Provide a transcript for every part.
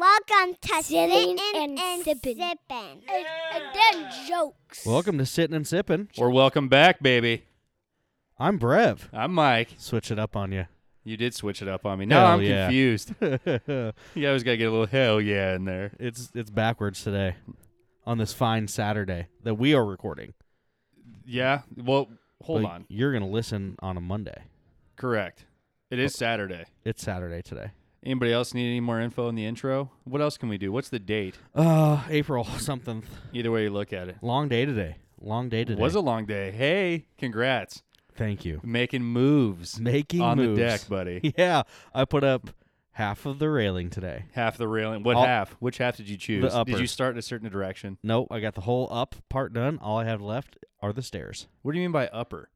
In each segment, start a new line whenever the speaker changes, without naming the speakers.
Welcome to
Sitting
Sitting
and
and,
Sippin'.
Sippin'.
And, and then jokes.
Welcome to Sitting and Sipping.
We're welcome back, baby.
I'm Brev.
I'm Mike.
Switch it up on you.
You did switch it up on me.
Hell
Now I'm
yeah.
confused.
it's
You always got to get a little hell yeah in there.
it's backwards today on this fine Saturday that we are recording.
Yeah. Well, hold
But
on.
You're going to listen on a Monday.
Correct. It is Saturday.
It's Saturday today.
Anybody else need any more info in the intro? What else can we do? What's the date?
Uh, April something.
Either way you look at it.
Long day today. Long day today.
Was a long day. Hey, congrats.
Thank you.
Making moves
Making
on
moves.
the deck, buddy.
Yeah, I put up half of the railing today.
half the railing. What
All-
half? Which half did you choose?
upper.
Did you start in a certain direction?
Nope, I got the whole up part done. All I have left are the stairs.
What do you mean by upper?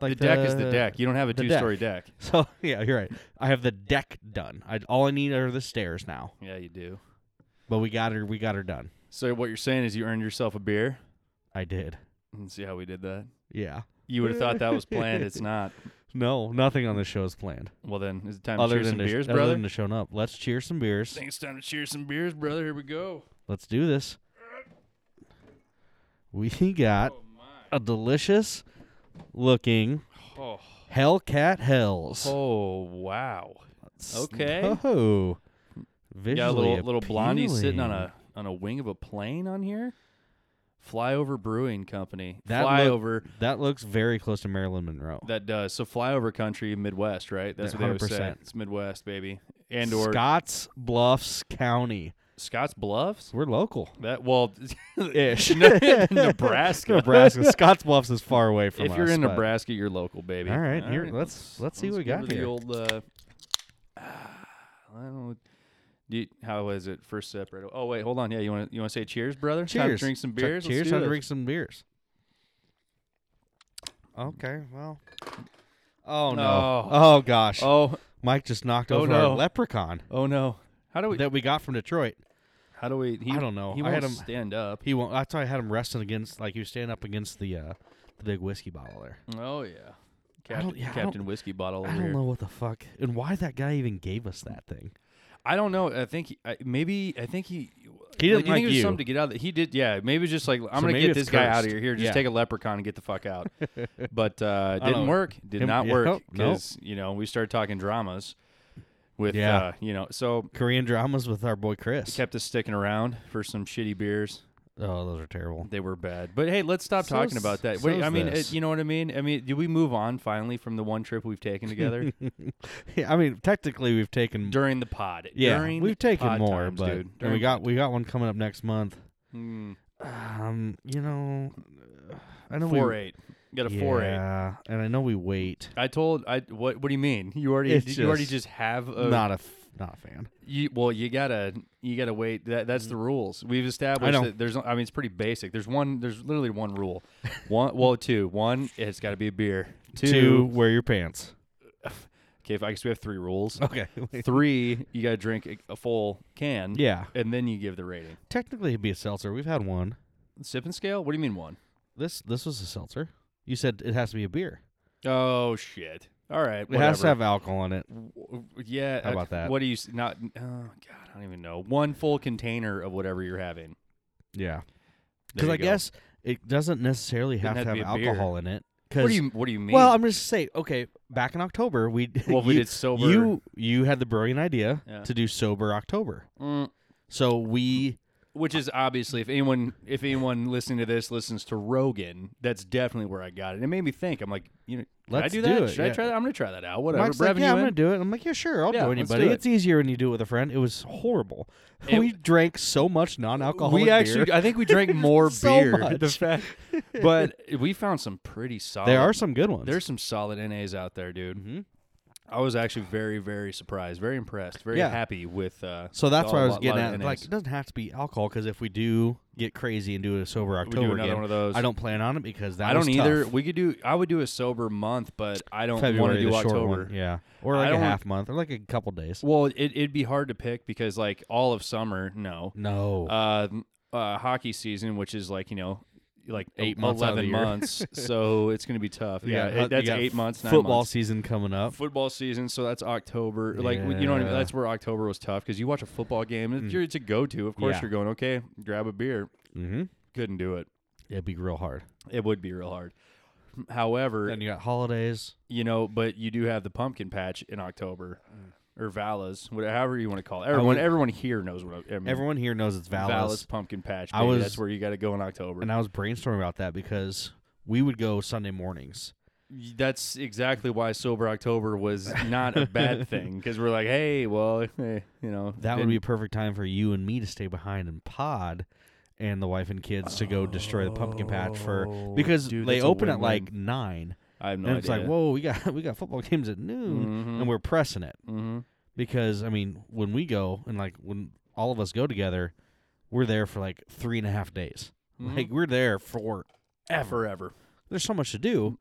Like
the deck is the deck. You don't have a
the
two
deck.
story deck.
So yeah, you're right. I have the deck done. I, all I need are the stairs now.
Yeah, you do.
But we got her. We got her done.
So what you're saying is you earned yourself a beer?
I did.
And see how we did that?
Yeah.
You would have thought that was planned. It's not.
No, nothing on this show is planned.
Well, then, is it time
other
to cheer
than to,
some beers,
other
brother?
than to showing up. Let's cheer some
I
beers.
think it's time to cheer some beers, brother. Here we go.
Let's do this. We got a delicious looking
Oh,
Hellcat Hells.
oh wow. okay.
Oh.
You
Visually
got a little little blondie sitting on
appealing.
a on a wing of a plane on here. Flyover Brewing Company.
That look-
Flyover.
That looks very close to Marilyn Monroe.
that does so. Flyover country, Midwest, right? That's what they always say.
100%.
It's Midwest, baby. And or
Scotts Bluffs County.
Scott's Bluffs.
We're local.
That well,
Ish.
No, Nebraska.
Nebraska. Scotts Bluffs is far away from
if
us.
you're in
but-
Nebraska, you're local, baby.
All right, here- let's- let's see what we
give
got
her the
here.
old, uh, I don't know. Ah, Do you- how is it? First sip, right? Oh wait, hold on. Yeah, you want to you want to say cheers, brother? Time to
Cheers.
drink some
Ch-
beers.
cheers.
Let's do
Time to
this.
drink some beers. Okay, well. Oh no.
No.
Oh gosh.
Oh,
Mike just knocked
Oh,
over
no.
our leprechaun
oh no. How do we?
that we got from Detroit.
how do we? He,
I don't know.
He
I had
won't
him-
stand up.
He won't that's why I had him resting against like he was standing up against the uh the big whiskey bottle there.
Oh yeah.
I don't-
Captain,
yeah, I don't-
Captain Whiskey Bottle over
I
here.
don't know what the fuck and why that guy even gave us that thing.
I don't know. I think he, I, maybe I think he.
He didn't
do
like
think it was
you.
Something to get out. Of the, he did. Yeah. Maybe it's just like I'm
So
gonna
maybe
get
it's
this guy out of
cursed.
your here. Just
Yeah.
take a leprechaun and get the fuck out. but uh,
I
didn't
don't-
work. Did
him-
not
yeah,
work
nope, nope.
because you know we started talking dramas with
Yeah.
uh, you know. So
Korean dramas with our boy Chris.
kept us sticking around for some shitty beers.
oh, those are terrible.
They were bad. But hey, let's stop
So's-
talking about that. Wait,
so's
I mean,
this.
it, you know what I mean. I mean, did we move on finally from the one trip we've taken together
Yeah, I mean, technically we've taken
during the pod?
yeah,
During
we've taken
pod
more,
times,
but and
dude.
we
During-
got we got one coming up next month.
Mm.
Um, you know, uh, I know
four
we
eight. Got a
yeah,
four eight.
and I know we wait.
I told I what what do you mean? You already
It's
did you already
just
just have a
not a f- not a fan.
you well you gotta you gotta wait. That that's the rules. We've established
know.
that there's I mean it's pretty basic. There's one there's literally one rule. One well two. One it's gotta be a beer. Two,
Two, wear your pants.
Okay, if I guess we have three rules.
Okay.
Three, you gotta drink a, a full can.
yeah.
And then you give the rating.
Technically, it'd be a seltzer. We've had one.
Sip and scale? What do you mean one?
This this was a seltzer. You said it has to be a beer.
Oh shit. All right.
It has to
whatever.
have alcohol in it.
W- Yeah.
How
uh,
about that?
What do you s- not? Oh God, I don't even know. One full container of whatever you're having.
Yeah.
There
Because
you
I
go.
guess it doesn't necessarily have
Doesn't
to have
have to be a beer.
alcohol in it.
What
Because
do you What do you mean?
well, I'm just saying. Okay, back in October, we
Well, we
you-
did sober-
You you had the brilliant idea
Yeah.
to do sober October.
Mm,
So we
which is obviously, if anyone if anyone listening to this listens to Rogan, that's definitely where I got it. It made me think. I'm like, you know, should I
Let's
do
do
that?
it,
should I
yeah.
try that? I'm gonna try that out. Whatever.
Mike's like,
Brevin,
yeah,
you
I'm gonna
in?
do it. I'm like, yeah, sure, I'll
Yeah,
join you,
let's
buddy.
do it.
It's easier when you do it with a friend. It was horrible.
It-
we drank so much non-alcoholic.
we actually,
beer.
I think we drank more
So
beer.
much.
The fact, but we found some pretty solid.
there are some good ones.
There's some solid NAs out there, dude.
Mhm.
I was actually very, very surprised, very impressed, very
Yeah.
happy with. Uh,
so that's
all-
why I was
lot-
getting
lot of
at. Like,
NAs.
it doesn't have to be alcohol because if we do get crazy and do a sober
we do
October
another
again,
one of those.
I don't plan on it because that
I don't
was
either.
tough.
We could do. I would do a sober month, but I don't want
February,
to do
the short
October.
one, yeah, or
I
like a
don't-
half month or like a couple days.
Well, it, it'd be hard to pick because like all of summer, no.
No,
Uh, uh, hockey season, which is like you know like
Eight
el-
months out of
eleven
the year.
months, so it's going to be tough. Yeah,
uh,
it- that's
you got
eight months, nine
Football
months.
season coming up.
Football season, so that's October. Like you know what I mean.
Yeah. Mm.
That's where October was tough because you watch a football game, and if you're, it's a go-to. Of course,
Yeah.
you're going okay. Grab a beer.
Mm-hmm.
Couldn't do it.
It'd be real hard.
It would be real hard. However,
Then you got holidays.
you know, but you do have the pumpkin patch in October
Mm.
or Valas, whatever you want to call it.
went-
Everyone, everyone here knows what I I mean.
Everyone here knows it's Mm-hmm. Valis.
Valas pumpkin patch.
I
Baby.
was-
that's where you got to go in October.
And I was brainstorming about that because we would go Sunday mornings.
that's exactly why sober October was not a bad thing because we're like, hey, well, eh, you know,
That
then-
would be a perfect time for you and me to stay behind and pod and the wife and kids to go destroy the pumpkin patch for
Oh,
because
dude,
they
that's a
open at
win-win.
like nine.
I have no
and it's
idea.
like, whoa, we got we got football games at noon and we're pressing it.
mm-hmm.
Because I mean, when we go and like when all of us go together, we're there for like three and a half days.
Mm-hmm.
Like we're there for
forever.
there's so much to
Mm-hmm.
do.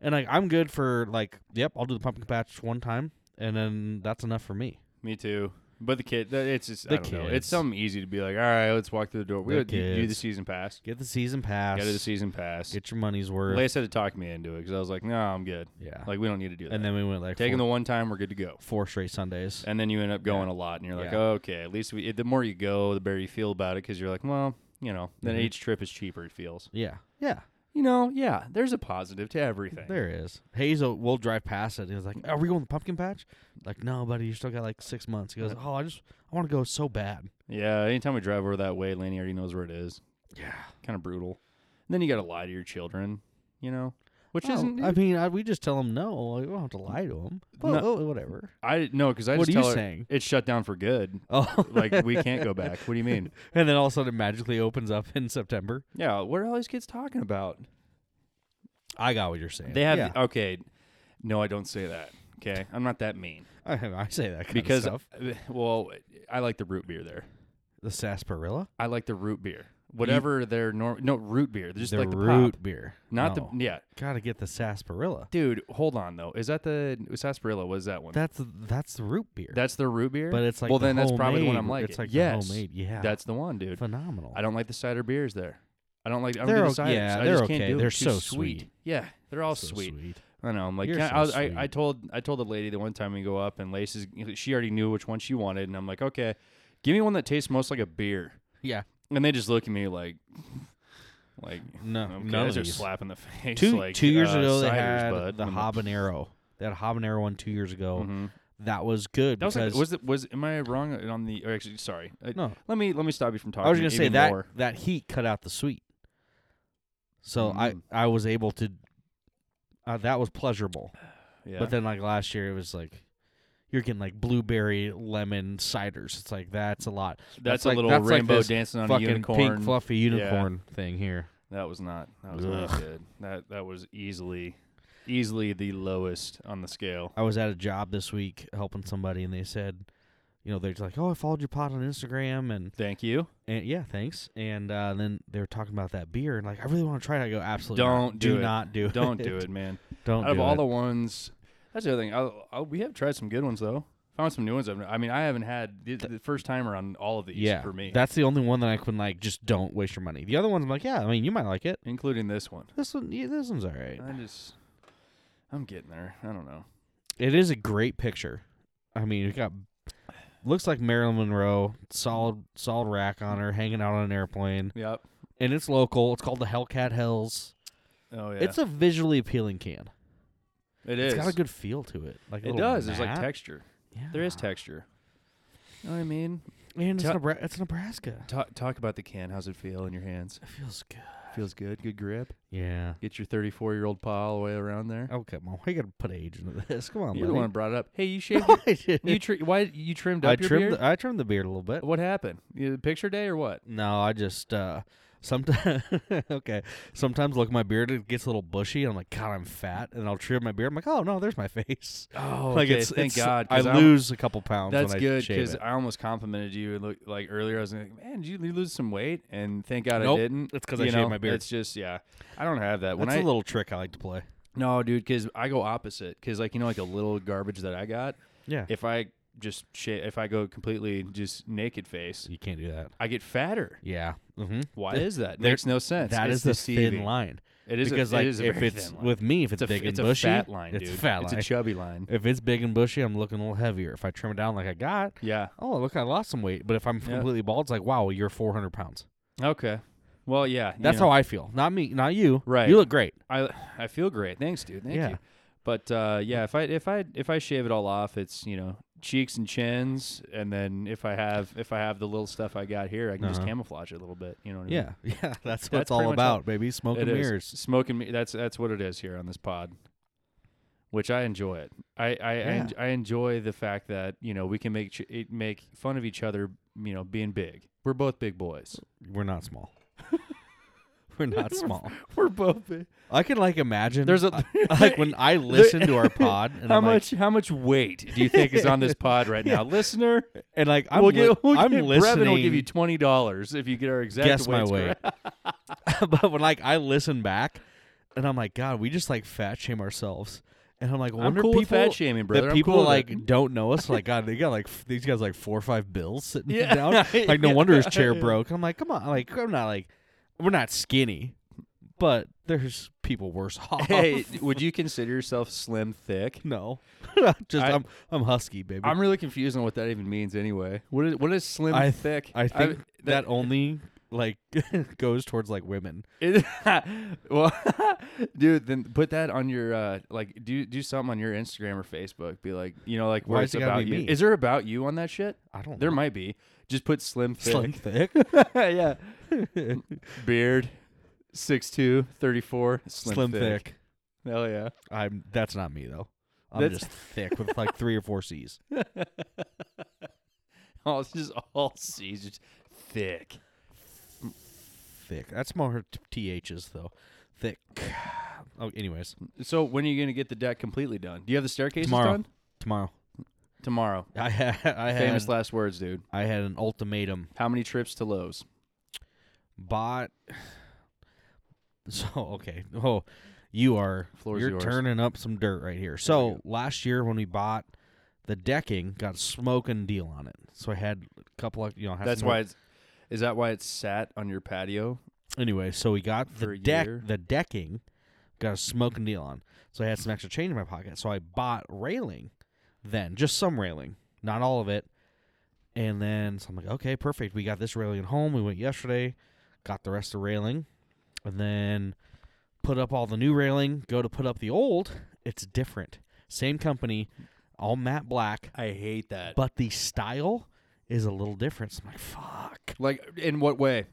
And like I'm good for like, yep, I'll do the pumpkin patch one time and then that's enough for me.
Me too. But the kid, that- it's just
The
I don't know. It's
kids.
something easy to be like, all right, let's walk through the door. We
The
would do do the
kids.
season pass.
Get the season pass.
Got to the season pass.
Get your money's worth.
Lace had to talk me into it because I was like, no, I'm good.
Yeah.
Like we don't need to do that.
and then we went like
taking
four,
the one time, we're good to go.
four straight Sundays.
And then you end up going a lot, and you're like,
Yeah.
okay, at least we. The more you go, the better you feel about it because you're like, well, you know, then
Mhm.
each trip is cheaper. It feels.
Yeah. Yeah.
Mm-hmm. You know, yeah. There's a positive to everything.
There is. Hazel will drive past it. And he was like, Are we going to the pumpkin patch? Like, no, buddy, you still got like six months. He goes, Oh, I just I want to go so bad.
Yeah. Anytime we drive over that way, Laney already knows where it is.
Yeah.
Kind of brutal. And then you got to lie to your children. You know, which
Oh,
isn't.
I mean, I, we just tell him no. Like, we don't have to lie to him. Well,
No.
oh, whatever.
I no, because I
What
just
are you
tell her
saying?
it's shut down for good.
Oh,
Like we can't go back. What do you mean?
and then all of a sudden, it magically opens up in September.
Yeah, what are all these kids talking about?
I got what you're saying.
They have uh,
Yeah.
okay. No, I don't say that. Okay, I'm not that mean
I, I say that kind
because
of stuff.
well, I like the root beer there.
The sarsaparilla,
I like the root beer. Whatever their norm, no root beer. They're just
the
like the
root
pop.
beer,
not
No.
the yeah.
Gotta get the sarsaparilla.
Dude, hold on though. Is that the sarsaparilla? Was that one?
That's that's the root beer.
that's the root beer.
but it's like
well,
the
then that's probably the one I'm
homemade-
like.
It's like
yes,
the homemade. Yeah,
that's the one, dude.
phenomenal.
I don't like the cider beers there. I don't like. I don't
They're
do the
o-
ciders.
yeah,
I
they're
just Can't
okay.
do it.
They're
It's too
so
sweet.
sweet.
Yeah, they're all
So
sweet. I know. I'm like,
You're
"Can I,
so
I, I, I
sweet."
told I told the lady the one time we go up and laces. She already knew which one she wanted, and I'm like, okay, give me one that tastes most like a beer.
Yeah.
And they just look at me like, like
No,
okay,
none of
that's a
these.
slap in the face.
Two
like,
two years
uh,
ago, they
ciders,
had
bud. Mm-hmm.
the
I'm like,
habanero. They had a habanero one two years ago.
mhm.
That was good
That was
because
like, was it was am I wrong on the? Or actually, sorry. I-
No.
Let me let me stop you from talking.
I was gonna say
even
that
more.
that heat cut out the sweet. So I
Mm.
I was able to. Uh, that was pleasurable,
Yeah.
but then like last year it was like. You're getting like blueberry lemon ciders. It's like that's a lot.
that's, a
like-
little
that's like
rainbow
this
dancing on a
Fucking
unicorn.
pink fluffy
Yeah.
unicorn thing here.
That was not. That was not
Ugh.
good. That that was easily, easily the lowest on the scale.
I was at a job this week helping somebody, and they said, you know, they're just like, "Oh, I followed your pod on Instagram," and
Thank you.
and yeah, thanks. And uh, then they were talking about that beer, and like, I really want to try it. I go, absolutely, not.
Don't do it.
not do it.
Don't do it, man.
Don't
Out of
do
all
it.
the ones, that's the other thing. I, I, we have tried some good ones though. Found some new ones. I've, I mean, I haven't had the, the first timer on all of these
yeah,
for me,
that's the only one that I can like. Just don't waste your money. The other ones, I'm like, yeah, I mean, you might like it.
including this one.
This one, yeah, this one's all right.
I just, I'm getting there. I don't know.
It is a great picture. I mean, it got looks like Marilyn Monroe, solid solid rack on her, hanging out on an airplane,
Yep.
and it's local. It's called the Hellcat Hells.
Oh yeah.
It's a visually appealing can.
it
It
is.
has got a good feel to it. Like a
it
little
does. There's like
matte.
texture.
Yeah.
There is texture. You know what I mean?
And it's,
Tell-
Nebra- it's Nebraska.
Talk, talk about the can. How's it feel in your hands?
It feels good.
Feels good. Good grip.
Yeah.
Get your 34 year old pa all the way around there.
Okay, mom. Why you gotta put age into this? Come on,
You're the one who
buddy.
brought it up. Hey, you shaved.
I didn't.
you tri- why you trimmed up
I
your
trimmed.
beard?
The, uh, I trimmed the beard a little bit.
what happened? You had a picture day or what?
No, I just uh sometimes okay. Sometimes look at my beard. It gets a little bushy. And I'm like, God, I'm fat, and I'll trim my beard. I'm like, Oh no, there's my face.
Oh,
like it's
thank
it's-
God.
I
'cause I'm-
lose a couple pounds.
That's
when I
good
shave
because
it.
I almost complimented you. and Look, like earlier, I was like, "Man, did you lose some weight?" And thank God
Nope,
I didn't.
it's 'cause I
You
shaved
know,
my beard.
It's just yeah, I don't have that. When
that's
I
a little trick I like to play.
no, dude, because I go opposite. Because like you know, like a little garbage that I got.
Yeah.
If I just sh- if I go completely just naked face,
You can't do that.
I get fatter.
Yeah. Mm-hmm.
Why is that? Makes no sense.
That
It's
is the
deceiving.
thin line.
It is
because
a,
like
it is a
if
very
it's
thin line.
with me, if it's,
it's a,
big
f- it's
and bushy,
a fat line,
it's
dude.
a fat
It's
line.
a chubby line.
if it's big and bushy, I'm looking a little heavier. If I trim it down like I got,
Yeah.
oh look, I lost some weight. But if I'm
Yeah.
completely bald, it's like wow, you're 400 pounds.
Okay. Well, yeah.
That's how I feel. Not me, not you.
Right.
You look great.
I I feel great. Thanks, dude. Thank
Yeah.
you. But uh, yeah, if I if I if I shave it all off, it's you know cheeks and chins, and then if I have if I have the little stuff I got here, I can just
Uh-huh.
camouflage it a little bit. You know what I mean?
Yeah, yeah. That's what
Mm-hmm. That's
it's
pretty
all
much all-
about, baby. Smoke and
It is.
mirrors.
Smoke and me- that's that's what it is here on this pod, which I enjoy it. I I, I, en- I enjoy the fact that you know we can make ch- it- make fun of each other. You know, being big. We're both big boys.
We're not small. We're not small.
We're both big.
I can like imagine.
There's a
I- like when I listen to our pod, and
how
I'm like,
much how much weight do you think is on this pod right now, listener?
and like I'm,
we'll
li-
get, we'll
I'm
get,
listening.
Brevin will give you twenty dollars if you get our exact
guess my
weights
weight.
correct.
but when like I listen back, and I'm like, God, we just like fat shame ourselves. And I'm like, I
I'm
wonder
cool
people
with fat shaming, brother.
That
I'm
people
cool with
like
it.
don't know us. Like, God, they got like f- these guys like four or five bills sitting
Yeah.
down. Like, no wonder his chair broke. I'm like, come on, like I'm not like we're not skinny, but there's people worse off.
Hey, would you consider yourself slim thick?
no, just
I-
I, am I'm husky, baby.
I'm really confused on what that even means anyway. What is what is slim
I th-
thick?
I think that only like goes towards like women.
It, well, dude, then put that on your uh, like do do something on your Instagram or Facebook. Be like, you know, like where
Why
it's
does it gotta
about
be
you.
me?
Is there about you on that shit?
I don't.
There
know.
might be. Just put slim thick.
slim thick.
yeah. Beard, 6'2", 34, slim,
slim
thick.
thick.
Hell yeah.
I'm. That's not me though. I'm
That's-
just thick with like three or four C's.
Oh, it's just all C's, just thick.
Thick. That's more t- ths though. Thick. Oh, anyways,
So when are you gonna get the deck completely done? Do you have the staircases
Tomorrow.
done?
tomorrow.
Tomorrow.
I had. I had.
Famous last words, dude.
I had an ultimatum.
How many trips to Lowe's?
Bought. So okay. Oh, you are.
Floor's
you're
yours.
turning up some dirt right here. So last year when we bought. The decking got a smoking deal on it, so I had a couple of you know. Had
That's
some
why it's is that why it's sat on your patio?
Anyway, so we got
For
the
a
deck,
year.
the decking, got a smoking deal on. So I had some extra change in my pocket. So I bought railing, then just some railing, not all of it. And then so I'm like, okay, perfect. We got this railing at home. We went yesterday, got the rest of the railing, and then put up all the new railing. Go to put up the old. It's different. Same company, all matte black,
I hate that.
but the style is a little different. So I'm like, fuck.
like in what way?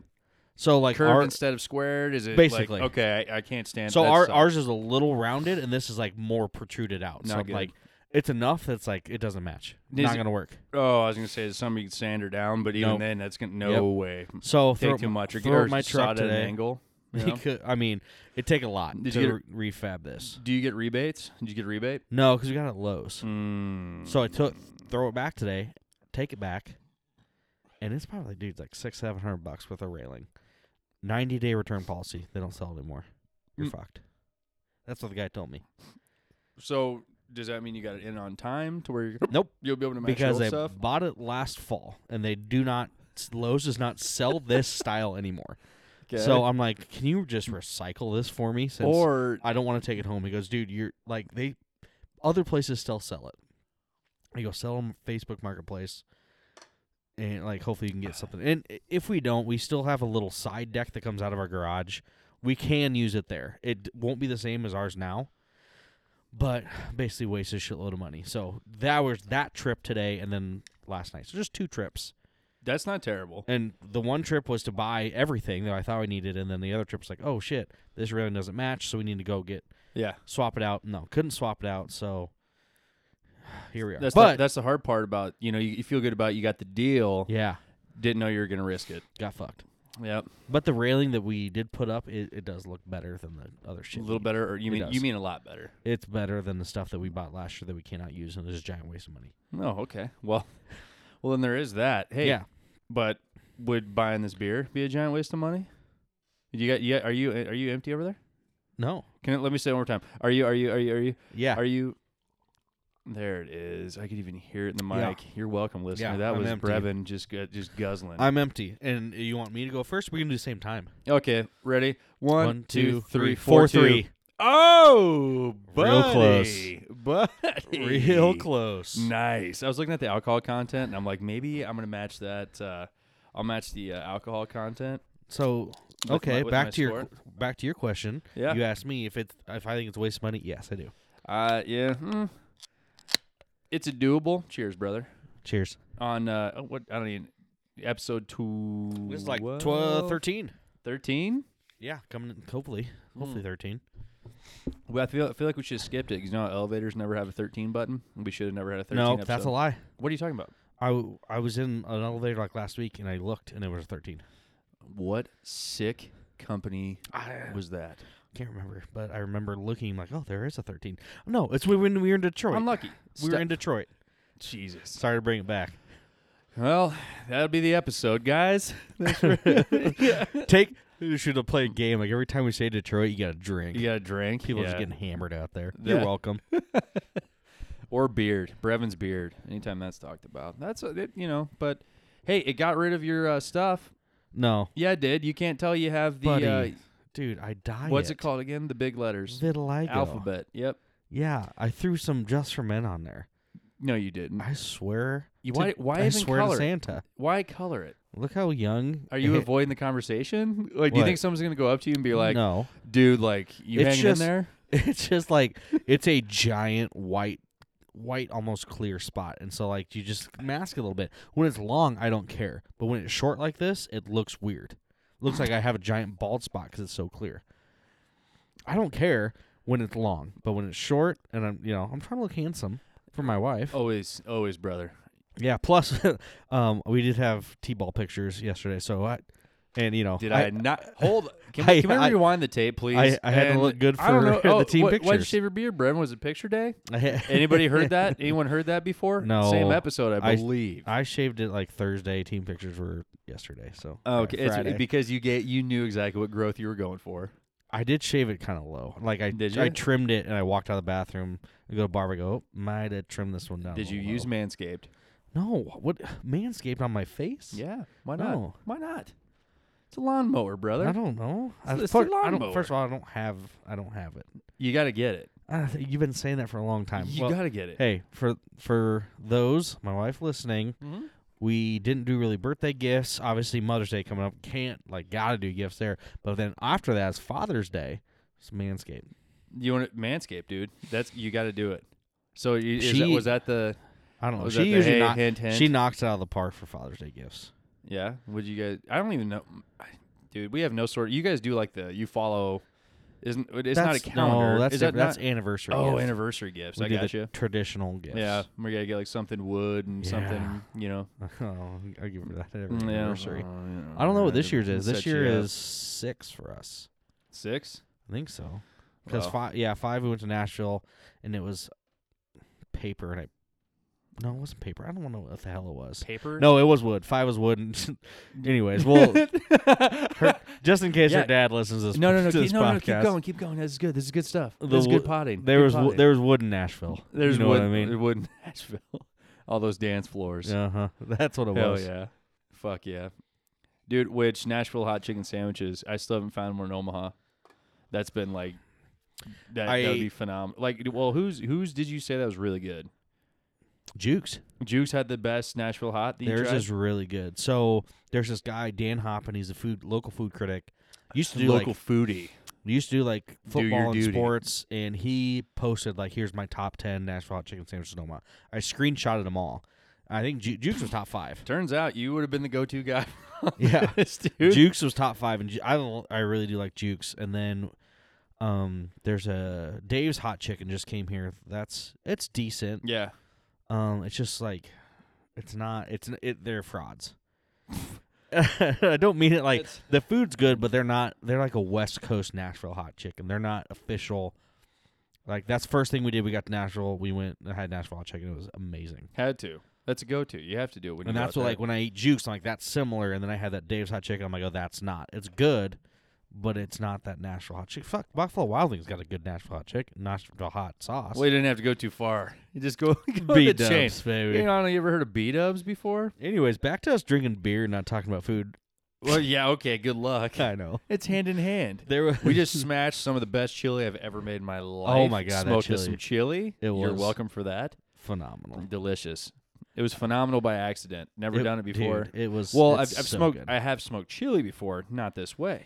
So like
Curved
our,
instead of squared? Is it like-
Basically.
okay? I, I can't stand.
So
that
our,
sucks.
ours is a little rounded, and this is like more protruded out.
Not
so
good.
like it's enough that's like it doesn't match.
Is
Not
it-
gonna work.
Oh, I was gonna say there's something you can sand her down, but even
Nope.
then, that's gonna no
Yep.
way.
So
Take
throw,
too much or, get-
throw
or
my truck
sod at an
today.
angle. you
He
know?
could- I mean, it take a lot
Did
to
you get a-
re- refab this.
Do you get rebates? Did you get a rebate?
No, because we got it at Lowe's.
Mm.
So I took throw it back today, take it back, and it's probably dude's like six seven hundred bucks with a railing, ninety day return policy. They don't sell it anymore. You're
Mm.
fucked. That's what the guy told me.
So does that mean you got it in on time to where you're,
Nope.
you'll be able to match your
because
old
they
stuff?
bought it last fall and they do not Lowe's does not sell this style anymore. So I'm like, can you just recycle this for me since
or
I don't want to take it home? He goes, dude, you're like they other places still sell it. I go sell them Facebook Marketplace and like hopefully you can get something. And i- if we don't, we still have a little side deck that comes out of our garage. We can use it there. It won't be the same as ours now. But basically wasted a shitload of money. So that was that trip today and then last night. So just two trips.
that's not terrible.
And the one trip was to buy everything that I thought I needed, and then the other trip was like, oh shit, this really doesn't match, so we need to go get
Yeah,
swap it out. No, couldn't swap it out, so here we are.
that's the,
but
that's the hard part about you know you, you feel good about you got the deal,
yeah,
didn't know you were gonna risk it.
got fucked.
Yep,
But the railing that we did put up, it, it does look better than the other
a
shit.
little better, or you
It
mean
does.
you mean a lot better.
It's better than the stuff that we bought last year that we cannot use, and it's a giant waste of money.
Oh, okay. Well, well then there is that. Hey,
Yeah,
But would buying this beer be a giant waste of money? You got yeah? Are you are you empty over there?
no,
Can I, let me say it one more time. Are you are you are you are you
yeah,
are you? There it is. I could even hear it in the
Yeah.
mic. You're welcome, listener.
Yeah,
that
I'm
was
empty.
Brevin just gu- just guzzling.
I'm empty, and you want me to go first? We can do the same time.
okay, ready? One,
One,
two,
two,
three,
three,
four,
four,
two.
three.
Oh,
Real
buddy. buddy.
Real close.
Nice. I was looking at the alcohol content, and I'm like, maybe I'm gonna match that. Uh, I'll match the uh, alcohol content.
So
With
okay,
my- with my
back to your
score.
back to your question.
Yeah.
You asked me if it's if I think it's a waste of money. Yes, I do.
Uh, yeah. mm. It's a doable. Cheers, brother.
Cheers.
On uh, oh, what I don't even episode two.
It's like 12, 13.
13?
Yeah, coming in, hopefully,
Hmm.
hopefully thirteen.
Well, I feel I feel like we should have skipped it. 'cause You know, how elevators never have a thirteen button. We should have never had a thirteen.
no,
episode.
that's a lie.
What are you talking about?
I, w- I was in an elevator like last week and I looked and it was a thirteen.
What sick company
I
was that?
can't remember, but I remember looking like, oh, there is a thirteen. No, it's when we were in Detroit.
Unlucky.
we were
Sta-
in Detroit.
Jesus.
Sorry to bring it back.
Well, that'll be the episode, guys. Thanks for-
Take you should have played a game like every time we say Detroit, you got to drink.
you got a drink.
People
yeah.
just getting hammered out there.
Yeah.
You're welcome.
or beard. Brevin's beard. Anytime that's talked about, that's a, it, you know. But hey, it got rid of your uh, stuff.
No,
Yeah, it did. You can't tell you have the
buddy,
uh,
dude, I died.
what's it called again? The big letters.
Vitiligo.
Alphabet. Yep.
Yeah, I threw some just for men on there.
No, you didn't.
I swear.
You-
to-
why- why
I
even
swear
color it?
to Santa?
Why color it?
Look how young.
Are you
it-
avoiding the conversation? Like, do you
What?
think someone's gonna go up to you and be like,
no?
"Dude, like, you
It's
hanging
just-
in there?"
It's just like it's a giant white, white almost clear spot, and so like you just mask it a little bit. When it's long, I don't care, but when it's short like this, it looks weird. looks like I have a giant bald spot because it's so clear. I don't care when it's long, but when it's short, and I'm you know I'm trying to look handsome for my
Oh.
wife.
Always, always, brother.
Yeah. Plus, um, we did have t-ball pictures yesterday, so I, and you know,
Did I, not hold? Can,
Oh, I-
we, can we
I-
rewind the tape, please?
I- I had to
And
look good
I don't
for
know.
the
oh,
team
what- Why'd you
pictures.
shave your beard, Brevin? Was it picture day?
I-
Anybody heard that? Anyone heard that before?
No.
Same episode, I
I-
believe.
I shaved it like Thursday. Team pictures were yesterday, so
oh, okay.
or
It's-
Friday.
because you get you knew exactly what growth you were going for.
I did shave it kind of low. Like I
Did
I
you?
trimmed it and I walked out of the bathroom. I go to barber. I Go oh, might have trimmed this one down. a
Did you
little
use
low."
Manscaped?
no? What manscaped on my face?
Yeah. Why not?
No.
Why not? It's a lawnmower,
I
brother.
don't know. I,
It's- it's
fir-
a
I don't.
lawnmower.
First of all, I don't have. I don't have it.
You got to get it.
I th- you've been saying that for a long time.
You
Well,
got to get it.
hey, for for those my wife listening,
Mhm.
we didn't do really birthday gifts. Obviously, Mother's Day coming up. Can't, like, gotta do gifts there. But then after that is Father's Day. It's Manscaped.
You want to Manscaped, dude? That's you got to do it. So you, is that,
She-
was that the?
I don't know.
Was
she
that the
usually
hey,
knock-
hint, hint?
she knocks it out of the park for Father's Day gifts.
Yeah. Would you guys? I don't even know, I, dude. We have no sort. You guys do like the you follow. Isn't it's not a
That's-
calendar?
No, that's
is that
different. that's
not-
anniversary.
oh
gifts.
anniversary gifts?
We
I
do
got
the
you.
Traditional gifts.
Yeah, we gotta get like something wood and something. You know.
oh, I give her that every
Yeah.
anniversary.
Oh, yeah.
I don't know what this year's
It
is. This
sets you
year
up.
is six for us.
six.
I think so. Because
Wow.
five, yeah, five. We went to Nashville, and it was paper, and I. No, it wasn't paper. I don't know what the hell it was.
Paper.
No, it was wood. Five was wood. And anyways, well, her, just in case
Yeah.
her dad listens to this,
No, no, no,
to
keep,
this
no, no,
podcast,
keep going, keep going. This is good. This is good stuff.
The
this is good
wo-
potting.
There
good
was wo-
potting.
there was wood in Nashville.
there's
you know
wood.
what I mean.
There's wood in Nashville. All those dance floors.
Uh huh. That's what it
Hell
was.
yeah. Fuck yeah. Dude, which Nashville hot chicken sandwiches, I still haven't found one in Omaha. That's been like that, that would
I-
be phenomenal. Like well, who's who's did you say that was really good?
Jukes.
Jukes had the best Nashville hot. that you
Theirs
tried?
is really good. So there's this guy Dan Hoppen. He's a food local food critic. Used to do
local
like
foodie.
We used to do like
Do your
football and
duty.
sports, and he posted like, "Here's my top ten Nashville hot chicken sandwiches in Omaha." I screenshotted them all. I think Ju- Jukes was top five.
Turns out you would have been the go-to guy. on
Yeah.
this, dude.
Jukes was top five, and Ju- I l- I really do like Jukes. And then um, there's a Dave's hot chicken just came here. That's it's decent.
yeah.
Um, it's just like it's not. It's n- it. They're frauds. I don't mean it like
It's-
the food's good, but they're not. They're like a West Coast Nashville hot chicken. They're not official. Like that's first thing we did. We got to Nashville. We went and had Nashville hot chicken. It was amazing.
Had to. That's a go-to. You have to do it when
And
you go
that's
out
what
there.
like when I eat Jukes, I'm like that's similar. And then I had that Dave's hot chicken. I'm like, oh, that's not. It's good, but it's not that Nashville hot chick. Fuck, Buffalo Wild Wings got a good Nashville hot chick, Nashville hot sauce.
Well, you didn't have to go too far. You just go, go to
B
the chain.
dubs, baby.
You know, I don't you ever heard of B Dubs before?
Anyways, back to us drinking beer, and not talking about food.
Well, yeah, okay, good luck.
I know
It's hand in hand.
there was
We just smashed some of the best chili I've ever made in my life.
Oh my God, that
Smoked us
chili.
some chili.
It
You're
was-
welcome for that.
phenomenal.
Delicious. It was phenomenal by accident. Never
It-
done it before.
dude, it was
well, I've, I've
it's so
smoked.
good.
I have smoked chili before, not this way.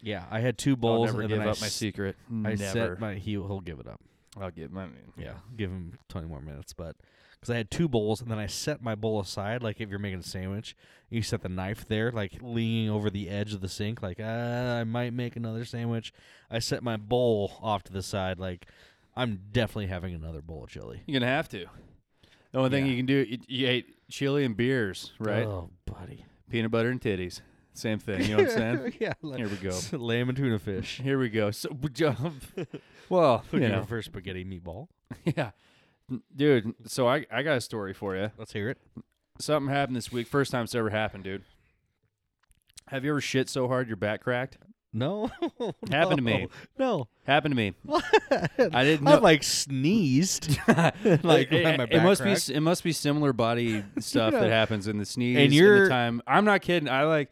yeah, I had two
I'll
bowls.
never
and
give
then I
up my
s-
secret.
I
never.
set my he he'll give it up.
I'll give my.
Yeah, give him twenty more minutes, but because I had two bowls and then I set my bowl aside, like if you're making a sandwich, you set the knife there, like leaning over the edge of the sink, like ah, I might make another sandwich. I set my bowl off to the side, like I'm definitely having another bowl of chili.
You're gonna have to. The only thing
Yeah.
you can do, you, you ate chili and beers, right?
Oh, buddy.
Peanut butter and titties, same thing. You know what I'm saying?
yeah. Like,
Here we go.
Lamb and tuna fish.
Here we go. So, well,
Who
you
do you
know,
prefer, spaghetti meatball?
yeah, dude. So I, I got a story for you.
Let's hear it.
Something happened this week. First time it's ever happened, dude. Have you ever shit so hard your back cracked?
No.
Happened to me.
No.
Happened to me. I didn't
I
know.
like sneezed. like
it,
had my
it
back
must
cracked.
be it must be similar body stuff
Yeah.
that happens in the sneeze
And
and
you're-
the time. I'm not kidding. I like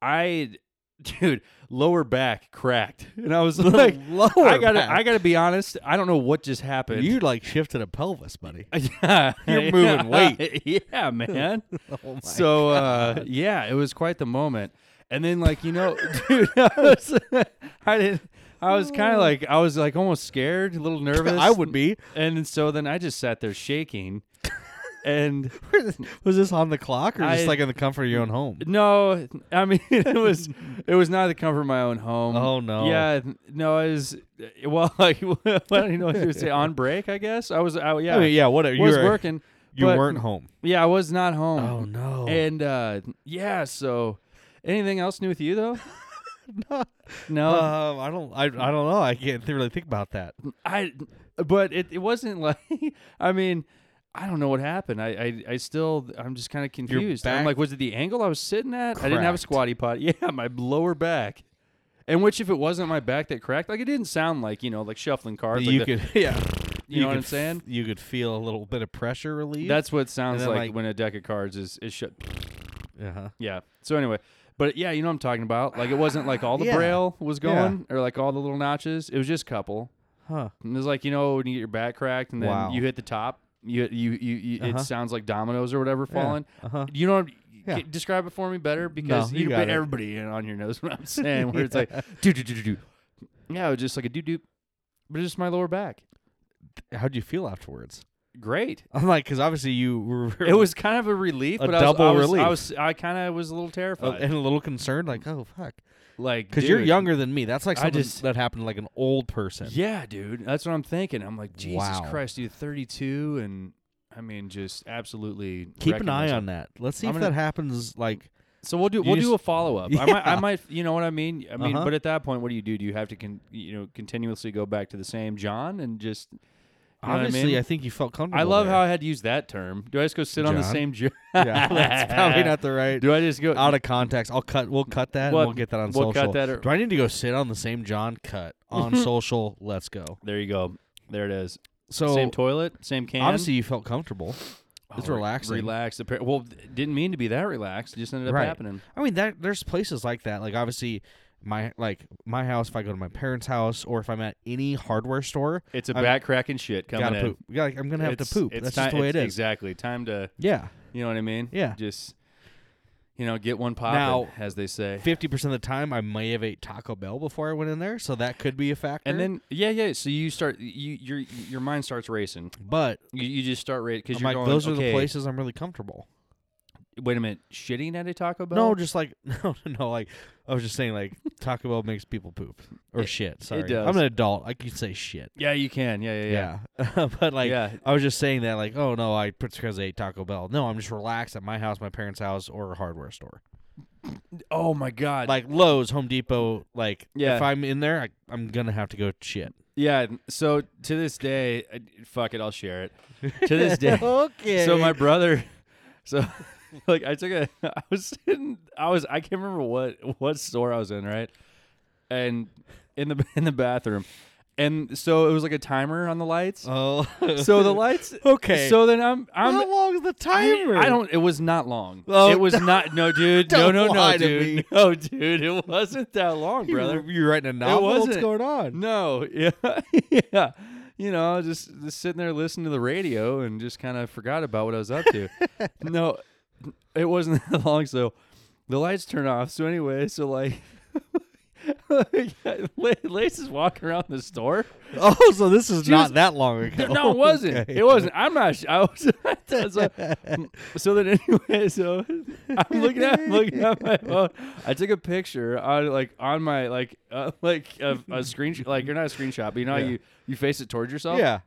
I dude lower back cracked, and I was like,
lower.
I gotta
back.
I gotta be honest. I don't know what just happened.
You like shifted a pelvis, buddy.
yeah,
You're moving weight.
yeah, man.
Oh my
so uh, yeah, it was quite the moment. And then like you know, dude, I was, I didn't. I was kind of like I was like almost scared, a little nervous.
Oh. I would be.
And so then I just sat there shaking. and
Was this on the clock or just
I-
like in the comfort of your own home?
no, I mean it was it was not the comfort of my own home.
Oh, no.
Yeah, no, it was well like well, I don't know what you would say on break, I guess. I was I, yeah.
I mean, yeah, whatever.
Was
you were,
working.
You
but-
weren't home. Oh,
Yeah, I was not home.
no.
And uh yeah, so anything else new with you though?
No.
No.
um, I don't. I, I don't know. I can't th- really think about that.
I but it, it wasn't like I mean I don't know what happened. I I, I still I'm just kind of confused. I'm
back
like, was it the angle I was sitting at? I didn't have a
cracked.
squatty pot. Yeah, my lower back. And which, if it wasn't my back that cracked, like it didn't sound like you know, like shuffling cards. like
you
the-
could. Yeah.
you, know what
could
I'm saying?
f- you could feel a little bit of pressure relief.
That's what it sounds
then,
like,
like-
when a deck of cards is is shut.
uh-huh.
Yeah. So anyway, but yeah, you know what I'm talking about. Like it wasn't like all the
Yeah.
braille was
Yeah.
going or like all the little notches. It was just a couple.
Huh.
And it's like you know when you get your back cracked and then
Wow.
you hit the top, you you you, you
Uh-huh.
it sounds like dominoes or whatever falling.
Uh huh.
You know, what I'm-
Yeah.
c- describe it for me better because
you
you
got
bit
it.
everybody in on your nose what I'm saying. Where it's like do do do do do. Yeah, it was just like a doo doo, but it's just my lower back.
How'd you feel afterwards?
Great.
I'm like, because obviously you were.
It was kind of a relief,
A
but
double
I was, I
relief.
was, I was, I kind of was a little terrified.
uh, and a little concerned, like, oh fuck,
like
because you're
dude,
younger than me. That's like
I
something
just-
that happened to like an old person.
Yeah, dude. That's what I'm thinking. I'm like, Jesus
Wow.
Christ, dude, 32, and I mean, just absolutely.
Keep
wrecking
an eye
myself.
on that. Let's see
I'm
if
gonna-
that happens. Like,
So we'll do
You
we'll do
just-
a follow up. I might I might you know what I mean. I mean,
Uh-huh.
but at that point, what do you do? Do you have to con- you know continuously go back to the same John and just? You know what
obviously, I,
I, mean?
think you felt comfortable.
I love
there.
how I had to use that term. Do I just go sit on the
John?
same John?
yeah, that's probably not the right.
Do I just go?
out of context. I'll cut. We'll cut that.
Well,
and We'll get that on
we'll
social.
cut that or- Mm-hmm.
Do I need to go sit on the same John cut on social? Let's go.
there you go. There it is.
So
same toilet, same can. Oh,
obviously you felt comfortable. it's
re-
relaxing.
Relaxed. Appar- Well, it didn't mean to be that relaxed. It just ended up
Right.
happening.
I mean, that there's places like that. Like obviously my like my house. If I go to my parents' house or if I'm at any hardware store,
It's a
I'm-
back cracking shit coming
gotta
in.
poop. Yeah, like, I'm gonna have
It's-
to poop.
it's
That's
ti-
just the way it
it's
is.
Exactly. Time to
Yeah.
you know what I mean.
Yeah.
Just you know, get one pop
Now-
as they say.
Fifty percent of the time, I may have ate Taco Bell before I went in there, so that could be a factor.
And then yeah, yeah. So you start you your your mind starts racing.
but
You, you just start racing because
I'm
you're
like,
going.
those are the
"Okay,
places I'm really comfortable.
Wait a minute, shitting at a Taco Bell?
No, just like no, no, no. Like I was just saying, like Taco Bell makes people poop or
It-
shit. Sorry,
does.
I'm an adult. I can say shit.
yeah, you can. Yeah, yeah, yeah.
Yeah, but like
Yeah.
I was just saying that, like, oh no, I put because I ate Taco Bell. No, I'm just relaxed at my house, my parents' house, or a hardware store,
Oh my god.
like Lowe's, Home Depot. Like,
Yeah.
if I'm in there, I, I'm gonna have to go shit.
yeah. So to this day, I, fuck it, I'll share it. To this day,
okay.
so my brother, so like I took a, I was in, I was I can't remember what what store I was in, right? and in the in the bathroom, and so it was like a timer on the lights.
Oh,
so the lights.
Okay.
So then I'm I'm
how long is the
I-
timer?
I, don't. It was not long.
Oh,
it was not. No, dude. No,
Don't
no, no,
lie to
dude.
me.
No, dude. It wasn't that long,
You-
brother.
You're writing a novel. What's
wasn't.
going on?
No. Yeah. yeah. You know, I was just just sitting there listening to the radio and just kind of forgot about what I was up to. no, it wasn't that long. So the lights turn off. So anyway, so like. Lace is walking around the store.
Oh, so this is
She
not
was-
that long ago.
No, it wasn't.
Okay.
It wasn't. I'm not. sh- I was. so, so then, anyway, so I'm looking at I'm looking at my phone. I took a picture on like on my like uh, like a, a screenshot. Like you're not a screenshot, but you know how
Yeah.
you you face it towards yourself.
Yeah.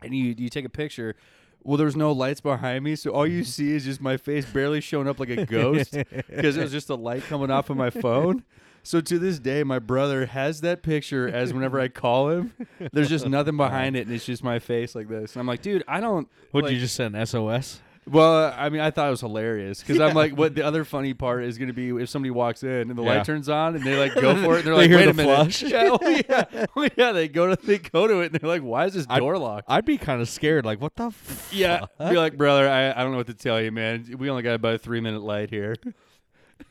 And you you take a picture. Well, there's no lights behind me, so all you see is just my face barely showing up like a ghost because it was just the light coming off of my phone. So to this day, my brother has that picture as whenever I call him, there's just nothing behind it, and it's just my face like this. And I'm like, dude, I don't.
What
like,
would you just send SOS?
well, I mean, I thought it was hilarious because I'm like, what the other funny part is going to be if somebody walks in and the
Yeah.
light turns on and they like go for it. And
They
they're like,
hear
wait
the
a minute.
flush.
Yeah, oh, yeah, Oh, yeah. They go to they go to it and they're like, why is this
I-
door locked?
I'd be kind of scared. Like, what the? F-
yeah, be like, brother, I, I don't know what to tell you, man. We only got about a three minute light here.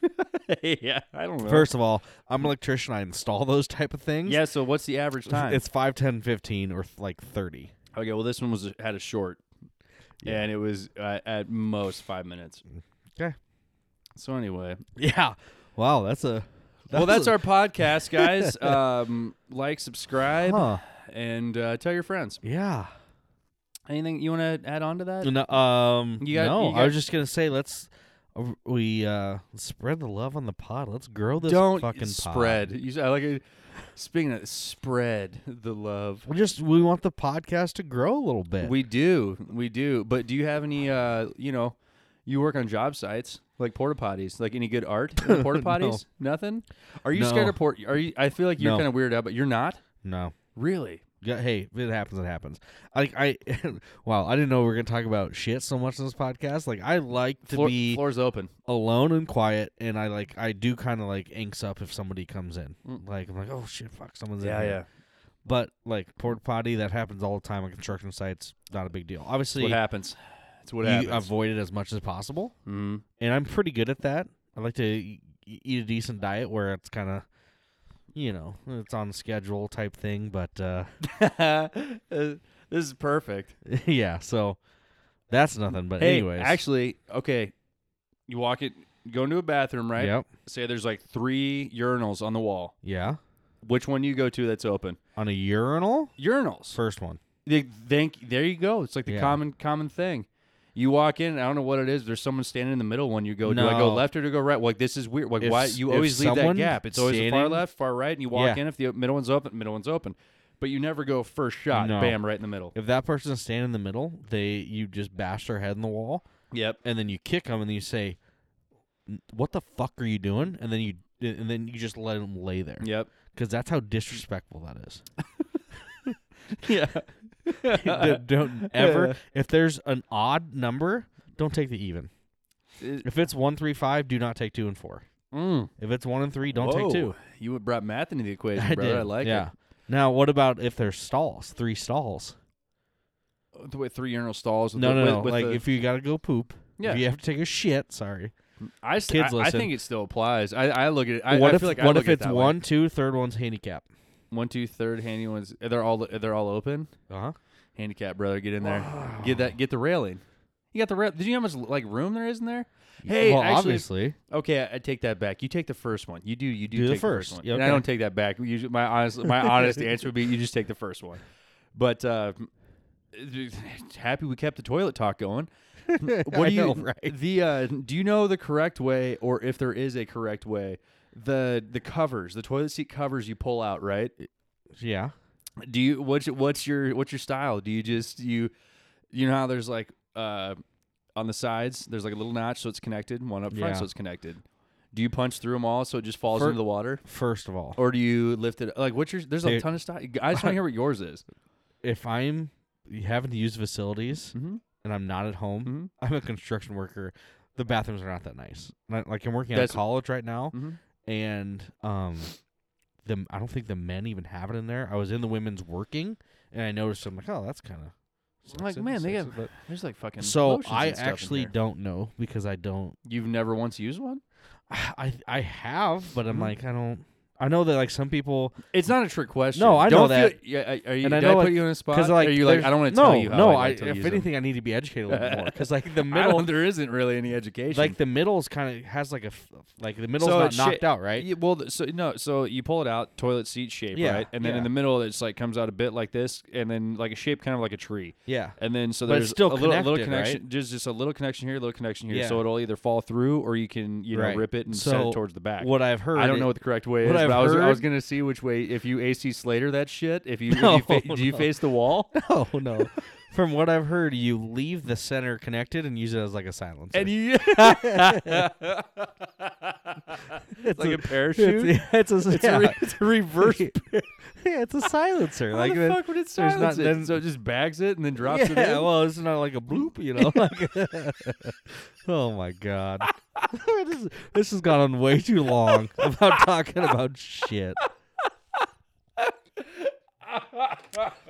yeah, I don't know.
First of all, I'm an electrician. I install those type of things.
yeah. So what's the average time?
It's 5, 10, 15, or like 30.
okay. Well, this one was had a short, and it was uh, at most five minutes.
Okay.
So anyway,
Yeah. Wow, that's a.
well, that's
a-
our podcast, guys. um, like, subscribe,
Huh.
and uh, tell your friends.
Yeah.
Anything you want to add on to that?
No, um,
You got-
no
you
I
got-
was just going to say, let's. uh, We uh, spread the love on the pod. Let's grow this
Don't
fucking pod.
spread. You, s- I like it. Speaking of spread the love,
We just we want the podcast to grow a little bit.
we do, we do. But do you have any? Uh, you know, you work on job sites like porta potties. Like any good art in the porta
No.
potties? Nothing. Are you
No.
scared of port? Are you? I feel like you're
No.
kind of weird out, but you're not
no.
really.
Yeah, hey, if it happens, it happens. Like I, wow, I didn't know we were gonna talk about shit so much in this podcast. Like I like to
Floor,
be
floor's open.
alone and quiet, and I like I do kind of like inks up if somebody comes in.
Mm.
Like I'm like, oh shit, fuck, someone's in. here. But like porta potty, that happens all the time on construction sites. Not a big deal. Obviously,
What happens? It's what
you
happens.
avoid it as much as possible,
mm-hmm.
and I'm pretty good at that. I like to e- eat a decent diet where it's kind of, you know, it's on schedule type thing. But uh
Uh, this is perfect.
yeah, so that's nothing. But
hey,
anyways,
actually, okay, you walk it, go into a bathroom, right?
Yep.
Say there's like three urinals on the wall.
Yeah.
Which one you go to that's open?
On a urinal,
Urinals.
first one.
They think there you go. It's like the
Yeah.
common common thing. You walk in, I don't know what it is. There's someone standing in the middle one. You go, do I go
No.
left or do I go right? Like this is weird. Like
If
why
s-
you
if
always leave that
someone
gap? It's always the far
standing-
left, far right, and you walk
Yeah.
in if the middle one's open, middle one's open. But you never go first shot,
No.
bam, right in the middle.
If that person's standing in the middle, they you just bash their head in the wall,
Yep.
and then you kick them, and then you say, "N- "What the fuck are you doing?" And then you and then you just let them lay there
Yep.
because that's how disrespectful that is.
Yeah.
D- don't ever. If there's an odd number, don't take the even. If it's one three five, do not take two and four.
Mm.
If it's one and three, don't
Whoa.
take two.
You would brought math into the equation, brother. I like
yeah.
it.
Now, what about if there's stalls? Three stalls.
The way three urinal stalls. With
No,
the,
no,
with,
no.
With
like
the,
if you gotta go poop,
Yeah.
if you have to take a shit, sorry.
I, s-
kids
I- I
listen.
think it still applies. I, I look at it. I,
what
I
if
feel like I
what
look
if
at it
it's
that way.
one, two, third one's handicap?
one, two, third handy ones? uh, They're all they're all open.
Uh huh.
Handicap, brother, get in there. Get that. Get the railing. You got the rail. Did you know how much like room there is in there? Hey,
well,
actually,
obviously,
okay, I, I take that back. You take the first one. You do. You do,
Do the
take
first.
one.
Yeah,
And I
okay.
don't take that back. Usually, my honest my honest answer would be you just take the first one. But uh, happy we kept the toilet talk going. what
I
do you
know, right?
the uh, do you know the correct way or if there is a correct way the the covers the toilet seat covers you pull out right
Yeah.
do you what's your- what's your what's your style do you just you you know how there's like uh on the sides there's like a little notch so it's connected and one up front
Yeah.
so it's connected do you punch through them all so it just falls
Fir-
into the water
First of all,
or do you lift it like what's your there's a
Dude.
ton of style i just want to hear what yours is
if I'm having to use facilities
Mhm.
and I'm not at home,
Mhm.
I'm a construction worker. The bathrooms are not that nice. Like like, I'm working at a
That's-
college right now,
Mhm.
and um, the I don't think the men even have it in there. I was in the women's working, and I noticed. I'm like, oh, that's kind of
I'm like, man, they got there's like fucking.
So
lotions
I
and stuff in
actually
there.
don't know because I don't.
You've never once used one.
I I have, but I'm
Hmm.
like I don't. I know that like some people
It's not a trick question.
No, I know
Don't
that.
Feel, yeah, are- are you?
And I
did
know,
I
like-
put you in a spot?
because like
are you like
there's-
I don't want to
no,
tell you how
no.
I, like to
if
use 'em.
anything, I need to be educated a little bit more because like the
I
middle,
don't- there isn't really any education.
like the middle's kind of has like a f- like the middle's
So
not
it's
knocked
shit-
out, right?
Yeah, well, th- so no, so you pull it out, toilet seat shape,
Yeah,
right? And then
yeah.
in the middle, it's like comes out a bit like this, and then like a shape, kind of like a tree.
Yeah.
And then so
But it's
there's
still
a little, little
connected, right?
connection, just just a little connection here, a little connection here.
Yeah.
So it'll either fall through, or you can you know
Right.
rip it and set
So
it towards the back.
What I've heard,
I don't
it-
know what the correct way is,
what I've
but I was, I was
heard-
gonna see which way if you AC Slater that shit. If you,
No,
if you fa- do you
no.
face the wall
Oh no! From what I've heard, you leave the center connected and use it as like a silencer.
and you it's like a, parachute.
It's, yeah, it's a,
It's
yeah.
a re- it's a reverse
yeah, it's a silencer.
How
like
the
the-
fuck would it
there's
silence
not-
it?
then-
so it just bags it and then drops it in.
yeah, well, it's not like a bloop, you know. Like, oh my god, this, is- this has gone on way too long about talking about shit.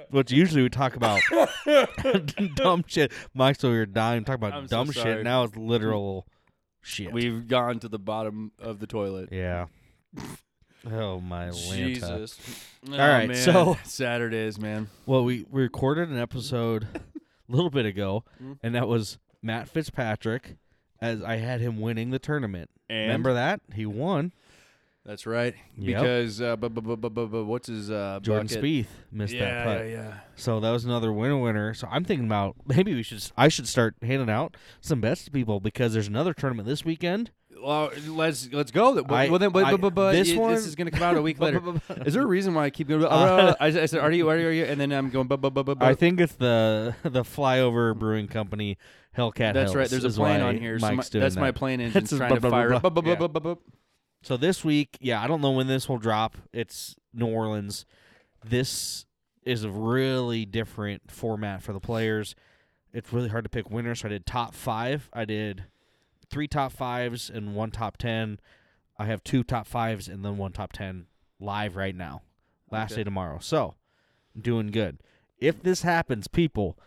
Which usually we talk about dumb shit. Mike's over here dying talking about
I'm so
dumb shit.
sorry.
Now it's literal shit.
We've gone to the bottom of the toilet.
Yeah. Oh my Atlanta.
Jesus. All right,
right, so-
Saturdays, man.
Well, we we recorded an episode a little bit ago,
Mm.
and that was Matt Fitzpatrick. As I had him winning the tournament.
And
Remember that he won.
that's right.
Yep.
Because uh, bu- bu- bu- bu- bu- bu- what's his uh,
Jordan
bucket?
Spieth missed
Yeah,
that putt,
yeah, yeah.
so that was another winner winner. So I'm thinking about maybe we should s- I should start handing out some bets to people because there's another tournament this weekend.
Well, let's let's go. Well,
I-
well then, but,
I-
but, but, but
this
it-
one-
this is going to come out a week later. Is there a reason why I keep going? "Oh,
Uh,
I, I said, "Are you? Are you?" Are you? And then I'm going. Bu- bu- bu- bu- bu-
I think it's the the Flyover Brewing Company Hellcat.
that's right.
Hills
There's a
is
plane
why
on here. so
Mike's
my,
doing
that's
that.
my plane engine
It's a
trying to
bu- bu- bu-
fire. up.
bu-
Bu- bu-
yeah.
bu- bu- bu-
So this week, yeah, I don't know when this will drop. It's New Orleans. This is a really different format for the players. It's really hard to pick winners. So I did top five. I did three top fives and one top ten. I have two top fives and then one top ten live right now. Last
Okay.
day tomorrow. So I'm doing good. If this happens, people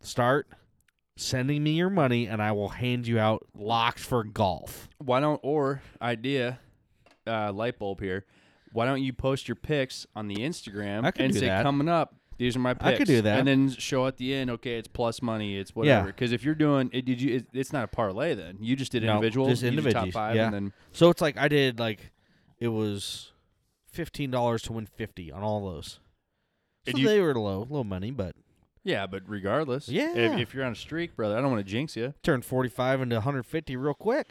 start sending me your money and I will hand you out locks for golf.
Why don't or idea uh, light bulb here? Why don't you post your picks on the Instagram
I could
and
do
say
that.
coming up? These are my picks.
I could do that.
and then show at the end. Okay, it's plus money. It's whatever. Because if you're doing, it, did you? It, it's not a parlay. Then you just did
No,
individual,
just
you did
individuals,
top five,
yeah.
and then
So it's like I did like it was fifteen dollars to win fifty on all those. So
And you-
they were low, low money, but
yeah. But regardless,
Yeah.
If, if you're on a streak, brother, I don't want to jinx you.
turned forty five into one hundred fifty real quick.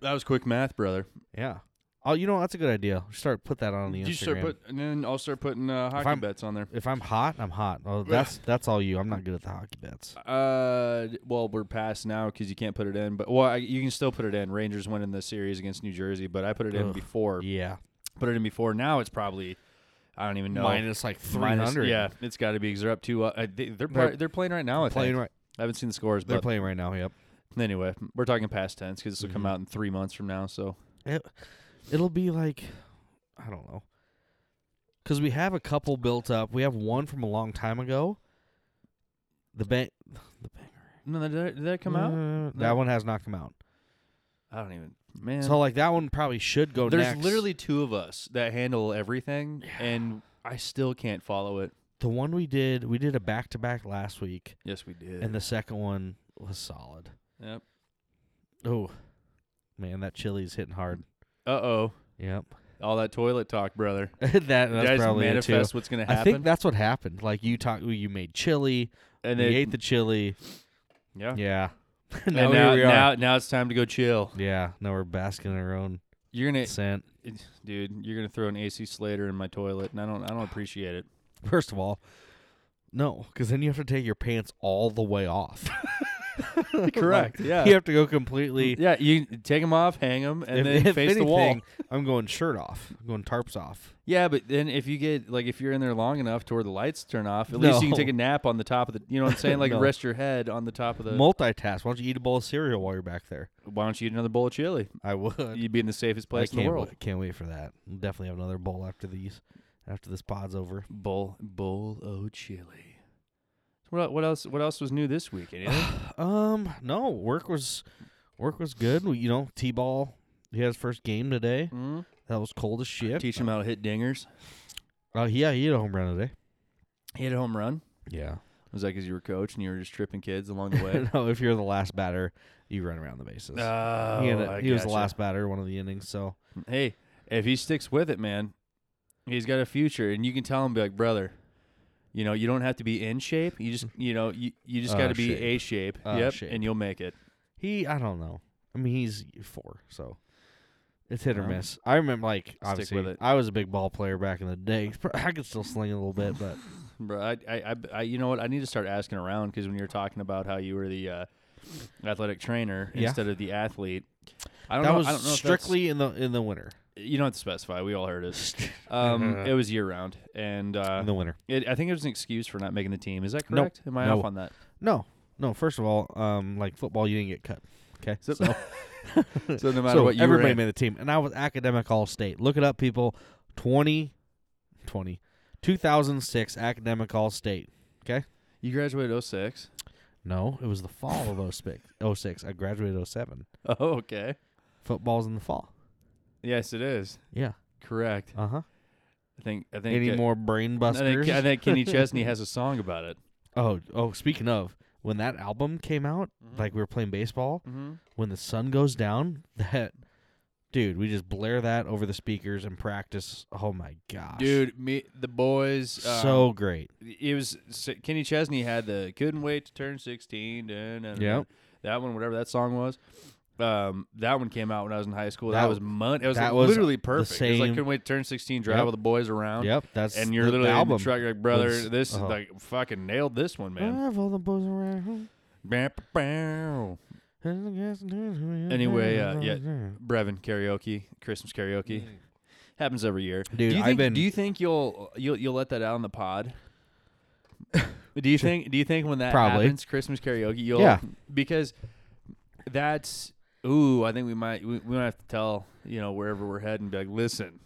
That was quick math, brother.
Yeah. Oh, you know that's a good idea. Start put that on the
you
Instagram.
start put, and then I'll start putting uh, hockey
I'm-
bets on there.
if I'm hot, I'm hot. Oh, that's that's all you. I'm not good at the hockey bets.
Uh, d- well, we're past now because you can't put it in. But well, I, you can still put it in. Rangers winning the series against New Jersey, but I put it in
Ugh.
before.
Yeah.
Put it in before. Now it's probably I don't even know.
Minus like three
Minus-
hundred.
Yeah, it's got to be because they're up two. Uh, I- they, they're pro-
They're
they're, playing right now. I
Playing
think.
right.
I haven't seen the scores,
They're
but
playing right now. Yep.
anyway, we're talking past tense because this
Mm-hmm.
will come out in three months from now. So
It'll be like, I don't know. Because we have a couple built up. We have one from a long time ago. The bang, the banger.
no, did that, did that come out?
Uh,
No.
That one has not come out.
I don't even. Man,
So like that one probably should go
there's
next.
literally two of us that handle everything,
Yeah.
and I still can't follow it.
the one we did. We did a back to back last week,
Yes, we did.
and the second one was solid.
yep.
Oh, man, that chili's hitting hard.
Uh oh.
Yep,
All that toilet talk, brother.
that that's
you guys
probably it too.
manifest what's gonna
I
happen,
think that's what happened. Like you talked, you made chili,
and
we
then
ate the chili.
yeah.
Yeah,
And
now,
now,
here we are.
now, now it's time to go chill.
Yeah, now we're basking in our own
You're gonna,
scent.
dude. You're gonna throw an AC Slater in my toilet, and I don't, I don't appreciate it.
First of all, no, because then you have to take your pants all the way off.
Correct.
Like,
Yeah.
You have to go completely.
Yeah, you take them off, hang them, and
if-
then
if
face the wall.
anything, I'm going shirt off. I'm going tarps off.
Yeah, but then if you get like if you're in there long enough to where the lights turn off, at least you
No.
can take a nap on the top of the. You know what I'm saying? Like
No.
rest your head on the top of the.
Multitask. Why don't you eat a bowl of cereal while you're back there?
Why don't you eat another bowl of chili?
I would.
You'd be in the safest
I
place in
can't,
the world.
wa- can't wait for that. We'll definitely have another bowl after these, after this pod's over.
Bowl bowl of chili. What el- what else? What else was new this week? Anything?
Um, no, work was work was good. We, you know, T-ball. He had his first game today.
mm?
That was cold as shit.
Teach him how to hit dingers.
Oh yeah, he had a home run today.
Hit a home run.
Yeah.
Was that because you were coach and you were just tripping kids along the way?
no, if you're the last batter, you run around the bases.
oh,
he ended-
I
he was the
gotcha.
last batter, one of the innings. So
Hey, if he sticks with it, man, he's got a future, and you can tell him, be like, brother, you know, you don't have to be in shape. You just, you know, you, you just
Uh,
got to be
shape.
a Oh, shape.
Uh,
yep,
shape.
and you'll make it.
he, I don't know. I mean, he's four, so it's hit or
Well,
miss. I remember, like, obviously,
with it.
I was a big ball player back in the day. I could still sling a little bit, but
Bro, I, I, I, I you know what? I need to start asking around because when you're talking about how you were the uh, athletic trainer
Yeah.
instead of the athlete, I don't
that
know.
was
I don't know if that's-
strictly in the in the winter.
you don't have to specify. We all heard it. Um, it was year round, and uh,
in the winter.
it, I think it was an excuse for not making the team. Is that
Nope.
correct? Am I
No.
off on that?
No, no. First of all, um, like football, you didn't get cut. Okay,
So-
so,
So no matter
so
what, you
everybody
were in,
made the team, and I was academic all state. Look it up, people. 20, 20, 2006 academic all state.
you graduated 06.
No, it was the fall of 06. 06. I graduated 07.
Oh, okay.
Football's in the fall.
Yes, it is.
Yeah.
Correct.
Uh huh.
I think. I think.
Any
uh,
more brain
I think,
busters?
I think Kenny Chesney has a song about it.
oh, oh. Speaking of, when that album came out, Mm-hmm. like we were playing baseball,
Mm-hmm.
when the sun goes down, that dude, we just blare that over the speakers and practice. Oh my gosh,
Dude, me the boys. Uh,
so great.
it was so Kenny Chesney had the "Couldn't Wait to Turn 16." Dun, dun, dun,
Yep.
dun. That one, whatever that song was. Um, that one came out when I was in high school. That,
That-
was month. It was
that was
literally
the
perfect. It was like
same-
couldn't wait to turn 16. Drive
Yep.
with the boys around.
Yep, that's
um, And you're
the,
literally
the
in the
album.
truck, like brother.
was-
this is
oh.
like fucking nailed this one, man.
Drive all the boys around.
Bam, bam. Anyway,
Anyway,
uh, yeah. Brevin karaoke, Christmas karaoke. Happens every year.
Dude,
do you
I've
think,
been-
Do you think you'll you'll you'll let that out on the pod? do you think Do you think when that
Probably.
happens, Christmas karaoke? You'll
Yeah.
because that's ooh. I think we might we, we might have to tell you know wherever we're heading. Be like, listen,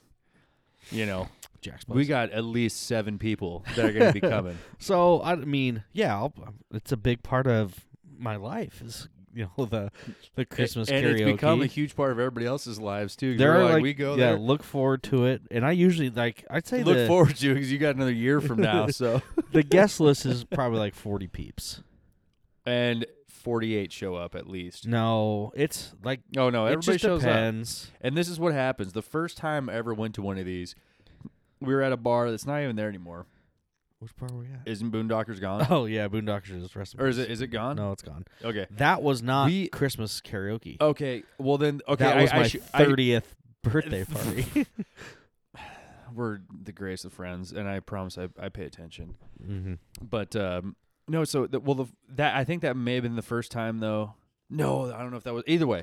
you know,
Jack's
we
place.
got at least seven people that are going to be coming.
So I mean, yeah, I'll, um, it's a big part of my life. Is you know the the Christmas
and
karaoke.
it's become a huge part of everybody else's lives too. 'cause
there
we're
are
like,
like
we go
yeah,
there.
look forward to it, and I usually like I'd say
Look
the,
forward to it because you got another year from now. So
the guest list is probably like forty peeps.
and 48 show up at least.
No, it's like
Oh no,
it
everybody
just
shows up.
depends.
And this is what happens. The first time I ever went to one of these, we were at a bar that's not even there anymore.
Which part were we at?
Isn't Boondockers gone?
Oh yeah, Boondockers is rest. in
or is
peace.
it is it gone?
No, it's gone.
Okay.
That was not
We-
Christmas karaoke.
Okay. Well then okay,
that
I-
was
I,
my
should- I-
thirtieth birthday party.
we're the greatest of friends and I promise I, I pay attention.
mm-hmm.
But um no, so the, well the, that I think that may have been the first time though. No, I don't know if that was either way.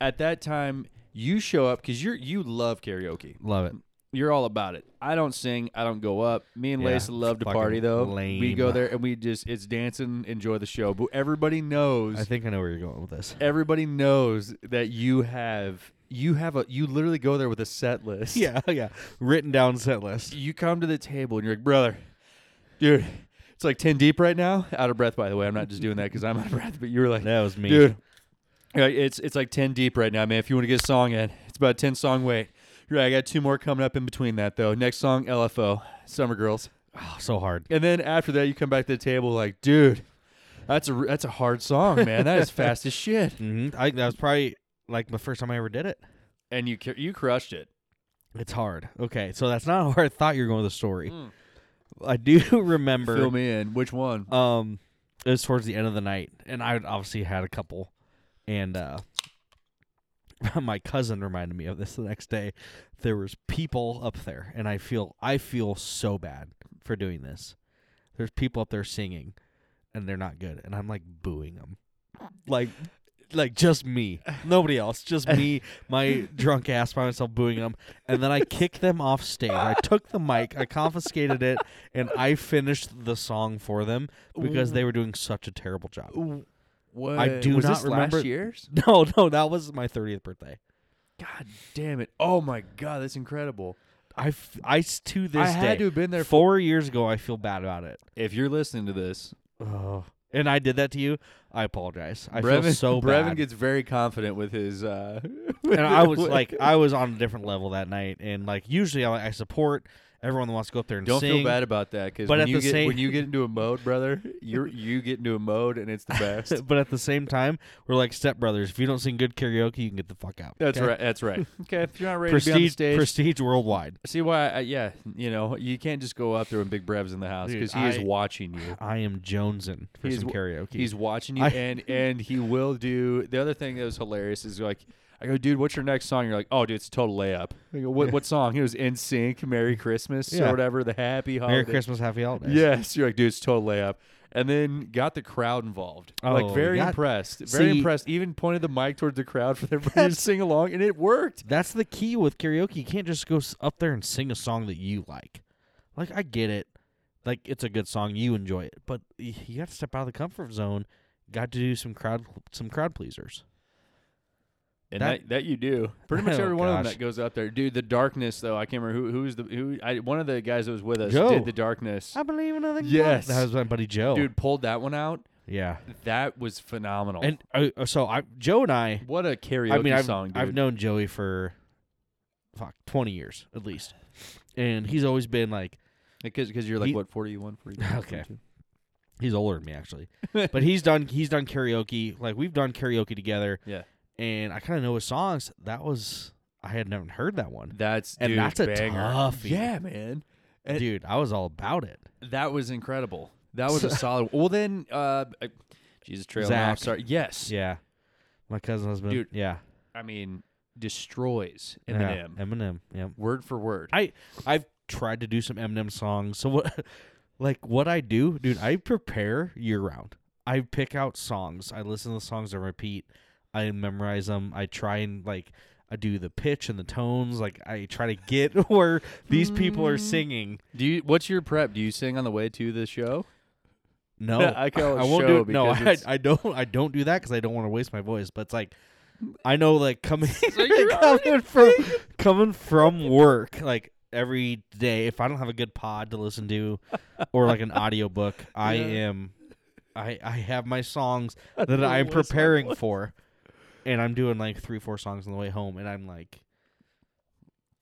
At that time you show up cuz you're you love karaoke.
Love it.
you're all about it. I don't sing. I don't go up. Me and
Yeah,
Lacey love to
fucking
party though. We
lame.
go there and we just it's dancing, enjoy the show. But everybody knows.
I think I know where you're going with this.
everybody knows that you have you have a you literally go there with a set list.
Yeah, yeah. Written down set list.
You come to the table and you're like, brother, dude, it's like ten deep right now. Out of breath, by the way. I'm not just doing that because I'm out of breath. But you were like,
That was me,
dude. yeah, It's it's like ten deep right now, man. If you want to get a song in, it's about a ten song wait. You're right, I got two more coming up in between that though. Next song, LFO, Summer Girls,
Oh, so hard.
and then after that, you come back to the table like, dude, that's a that's a hard song, man. That is fast as shit.
hmm I that was probably like the first time I ever did it.
And you cr- you crushed it.
It's hard. Okay, so that's not where I thought you were going with the story. I do remember.
Fill me in. Which one?
um it was towards the end of the night and i obviously had a couple and uh my cousin reminded me of this the next day there was people up there and i feel i feel so bad for doing this there's people up there singing and they're not good and i'm like booing them like like just me nobody else just me my drunk ass by myself booing them and then i kicked them off stage i took the mic i confiscated it and i finished the song for them because they were doing such a terrible job
What?
do
was
not
this
remember-
last year's?
no no that was my 30th birthday
God damn it! Oh my god, that's incredible.
i f- i s- to this
I had
day
to have been there. For-
four years ago i feel bad about it
if you're listening to this,
oh and i did that to you i apologize i
Brevin,
feel so
Brevin
bad
gets very confident with his. Uh,
and I was like, I was on a different level that night, and like usually I, I support everyone that wants to go up there and
Don't
sing.
feel bad about that because
But
when
at
you
the
get
same-
when you get into a mode, brother, you are you get into a mode and it's the best.
but at the same time, we're like stepbrothers. If you don't sing good karaoke, you can get the fuck out.
That's
okay?
right. That's right. Okay, if you're not ready to be on the
Prestige,
stage,
prestige worldwide.
see why? I, yeah, you know, you can't just go up there when Big Brev's in the house
Dude,
because he is
I-
watching you.
I am jonesing for
He's
some
w-
karaoke.
He's watching you,
I-
and and he will do. The other thing that was hilarious is like. I go, dude. What's your next song? You're like, oh, dude, it's a total layup. I go, what, what song? He was in sync, Merry Christmas
Yeah.
or whatever, the Happy Holiday.
Merry Christmas, happy holidays.
Yes, you're like, dude, it's a total layup. And then got the crowd involved.
Oh,
like very
got-
impressed. Very
See-
impressed. Even pointed the mic towards the crowd for everybody to sing along, and it worked.
That's the key with karaoke. You can't just go s- up there and sing a song that you like. Like I get it. Like it's a good song, you enjoy it, but y- you got to step out of the comfort zone. Got to do some crowd some crowd pleasers.
And
That-
that, that, you do. Pretty much
Oh,
every one of them
gosh.
that goes up there. Dude, the darkness though, I can't remember who who's the who I, one of the guys that was with us
Joe.
did the darkness.
I believe in nothing. but-
Yes.
that was my buddy Joe.
Dude pulled that one out.
yeah.
That was phenomenal.
And uh, so I, Joe and I,
what a Oh. karaoke
I mean, I've,
song, dude.
I've known Joey for fuck twenty years at least, and he's always been like
because because you're like
He-
what forty one, forty two.
Okay. he's older than me actually, but he's done he's done karaoke like we've done karaoke together.
Yeah.
and I kind of know his songs. That was I had never heard that one,
That's
And
dude,
that's a
banger.
toughie.
Yeah, man. And-
dude. I was all about it.
That was incredible. That was a solid. Well, then, uh, I- Jesus, trail off.
Zach.
Sorry. Yes.
Yeah, my cousin husband,
Dude,
Yeah,
I mean, destroys
Yeah.
Eminem
Eminem. Yeah,
word for word.
I I've tried to do some Eminem songs. So what like what I do, dude, I prepare year round. I pick out songs. I listen to the songs I repeat. I memorize them. I try and like I do the pitch and the tones. Like I try to get where these people are singing.
Do you? What's your prep? Do you sing on the way to the show?
No,
I call it
I won't
show
do it. No,
because
I,
it's-
I don't. I don't do that because I don't want to waste my voice. But it's like, I know, like coming
you're
coming from coming from work, like every day. If I don't have a good pod to listen to, or like an audiobook, I
Yeah.
am. I I have my songs
don't
that
wanna
I'm
waste my
preparing
voice.
for, and I'm doing like three, four songs on the way home, and I'm like.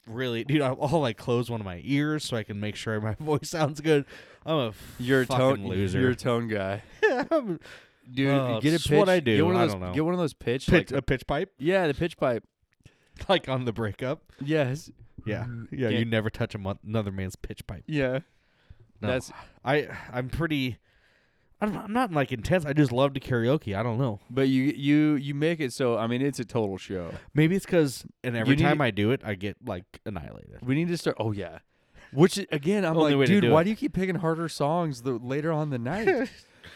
Really, dude! I'll, I'll like close one of my ears so I can make sure my voice sounds good. I'm a
You're a
fucking
tone
loser.
You're a tone guy,
I'm-
dude.
Oh,
get a
it's
pitch.
what I
Get
do.
one of
I
those,
don't know.
Get one of those pitch.
pitch,
like-
a pitch pipe,
yeah, the pitch pipe.
like on the breakup.
Yes.
Yeah, yeah.
Mm-hmm. Yeah.
You never touch a mon- another man's pitch pipe.
Yeah.
No.
That's
I, I'm pretty. I'm, I'm not like intense. I just love to karaoke. I don't know.
but you you you make it so I mean it's a total show.
Maybe it's because, and every
need-
time I do it, I get like annihilated.
We need to start. Oh yeah, which i- again, I'm
Only way
like,
to
dude,
do
why
it.
do you keep picking harder songs the later on the night?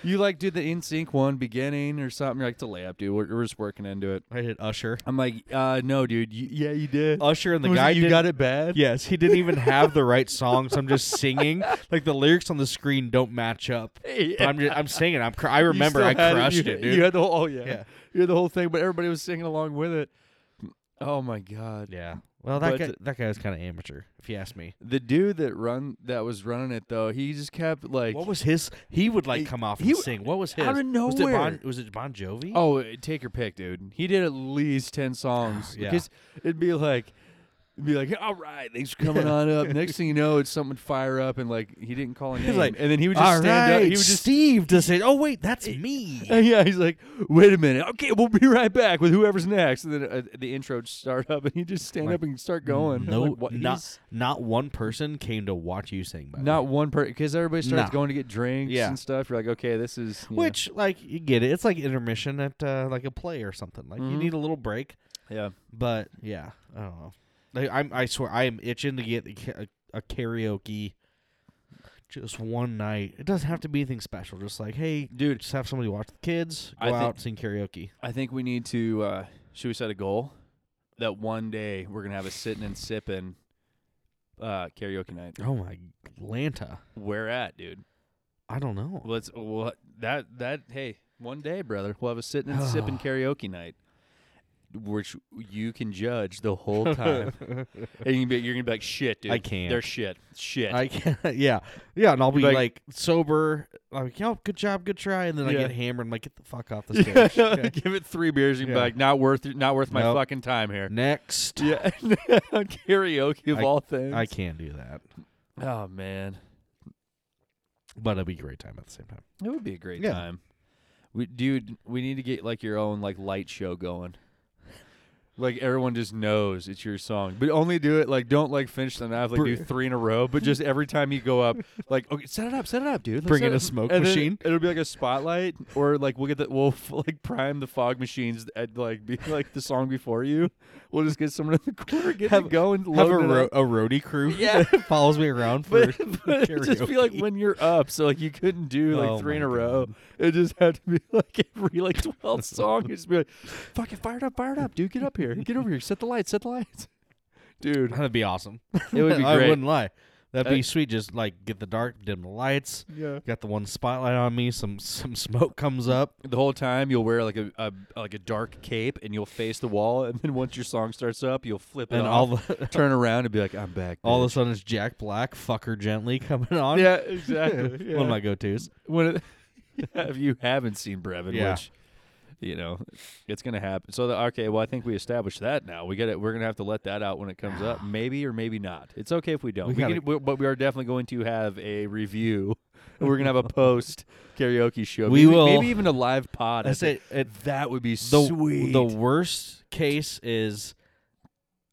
you like do the in sync one beginning or something? You're like, to lay up, dude. We're, we're just working into it.
I hit Usher.
I'm like, uh, no, dude. You, yeah, you did.
Usher and the
Was it
guy
you
didn't-
got it bad.
Yes, he didn't even have the right song, so I'm just singing. Like the lyrics on the screen don't match up. But I'm just, I'm singing. I'm. Cr- I
You
remember
still
I
had
crushed
You,
it, dude.
You had the whole, oh yeah,
Yeah.
you had the whole thing, but everybody was singing along with it. Oh my god.
yeah. Well, that
But-
guy, that guy was kind of amateur, if you ask me.
The dude that run that was running it though, he just kept like
What was his? He would like
He-
come off
he
and
w-
sing. What was his?
out
Was
of
it
nowhere.
Bon, was it bon Jovi?
Oh, uh, take your pick, dude. He did at least ten songs.
Yeah.
Because it'd be like, it'd be like, all right, thanks for coming on up. Next thing you know, it's something would fire up, and like he didn't call a name,
like,
and then he would just stand up. He would just.
Steve to say, "Oh wait, that's me."
Yeah, he's like, wait a minute. Okay, we'll be right back with whoever's next. And then uh, the intro would start up, and he just stand
Like,
up and start going.
No,
Like, what-
not
he's-
not one person came to watch you sing. By the way.
not one person. Because everybody starts
Nah.
going to get drinks
Yeah.
and stuff. You're like, okay, this is yeah.
which like you get it. It's like intermission at uh, like a play or something. Like you
Mhm.
need a little break.
Yeah,
But yeah, I don't know. Like, I'm I swear I am itching to get a, ca- a karaoke uh, just one night. It doesn't have to be anything special. Just like, hey,
Dude,
just have somebody watch the kids,
I
go
think-
out, sing karaoke.
I think we need to. Uh, should we set a goal that one day we're gonna have a sitting and sipping uh, karaoke night?
Oh my Lanta.
Where at, dude?
I don't know.
Let's what that that hey one day, brother, we'll have a sitting and sipping karaoke night, which you can judge the whole time. and you can be, you're gonna be like shit, dude.
I can't.
They're shit. Shit.
I can't, yeah, yeah, and I'll be
Like-
like, sober. I'm like, yo, good job, good try, and then I
Yeah.
get hammered. I'm like, get the fuck off the
Yeah,
stage. Okay.
Give it three beers. You're
Yeah.
be like not worth it- not worth my
Nope.
fucking time here.
Next,
Yeah, karaoke of
I-
all things.
I can't do that,
oh man.
but it'll be a great time at the same time.
It would be a great
Yeah.
time. We, dude, we need to get like your own like light show going. Like everyone just knows it's your song, but only do it like don't like finish the night like do
Br-
three in a row, but just every time you go up, like okay, set it up, set it up, dude. Let's
Bring
set
in
it-
a smoke
and then
machine.
It'll be like a spotlight, or like we'll get the we'll f- like prime the fog machines at like be like the song before you. We'll just get someone in the corner, get
Have-
it going,
Have
load
a,
it
ro-
up.
a roadie crew,
Yeah.
that follows me around for
But, but it just be like
karaoke.
when you're up, so like you couldn't do like
Oh
three in
my
a row.
God.
It just had to be like every like twelfth song. It'd just be like, "Fucking fired up, fired up, dude! Get up here, get over here, set the lights, set the lights, dude."
That'd be awesome.
It would be
I
great.
wouldn't lie. That'd be
Uh,
sweet. Just like get the dark, dim the lights.
Yeah.
Got the one spotlight on me. Some some smoke comes up.
The whole time you'll wear like a, a like a dark cape and you'll face the wall, and then once your song starts up, you'll flip it
And all
off,
the
turn around and be like, "I'm back."
all of a
bitch."
sudden it's Jack Black, fucker gently coming on.
Yeah, exactly. yeah.
One of my go tos.
when it, if you haven't seen Brevin,
Yeah.
which you know it's gonna happen. So the, okay, well I think we established that now. We got it. We're gonna have to let that out when it comes up, maybe or maybe not. It's okay if we don't.
We
We
gotta-
can- we- but we are definitely going to have a review. we're gonna have a post karaoke show.
We
maybe,
will-
maybe even a live pod.
I
I think.
say it,
that would be
the
sweet.
the worst case is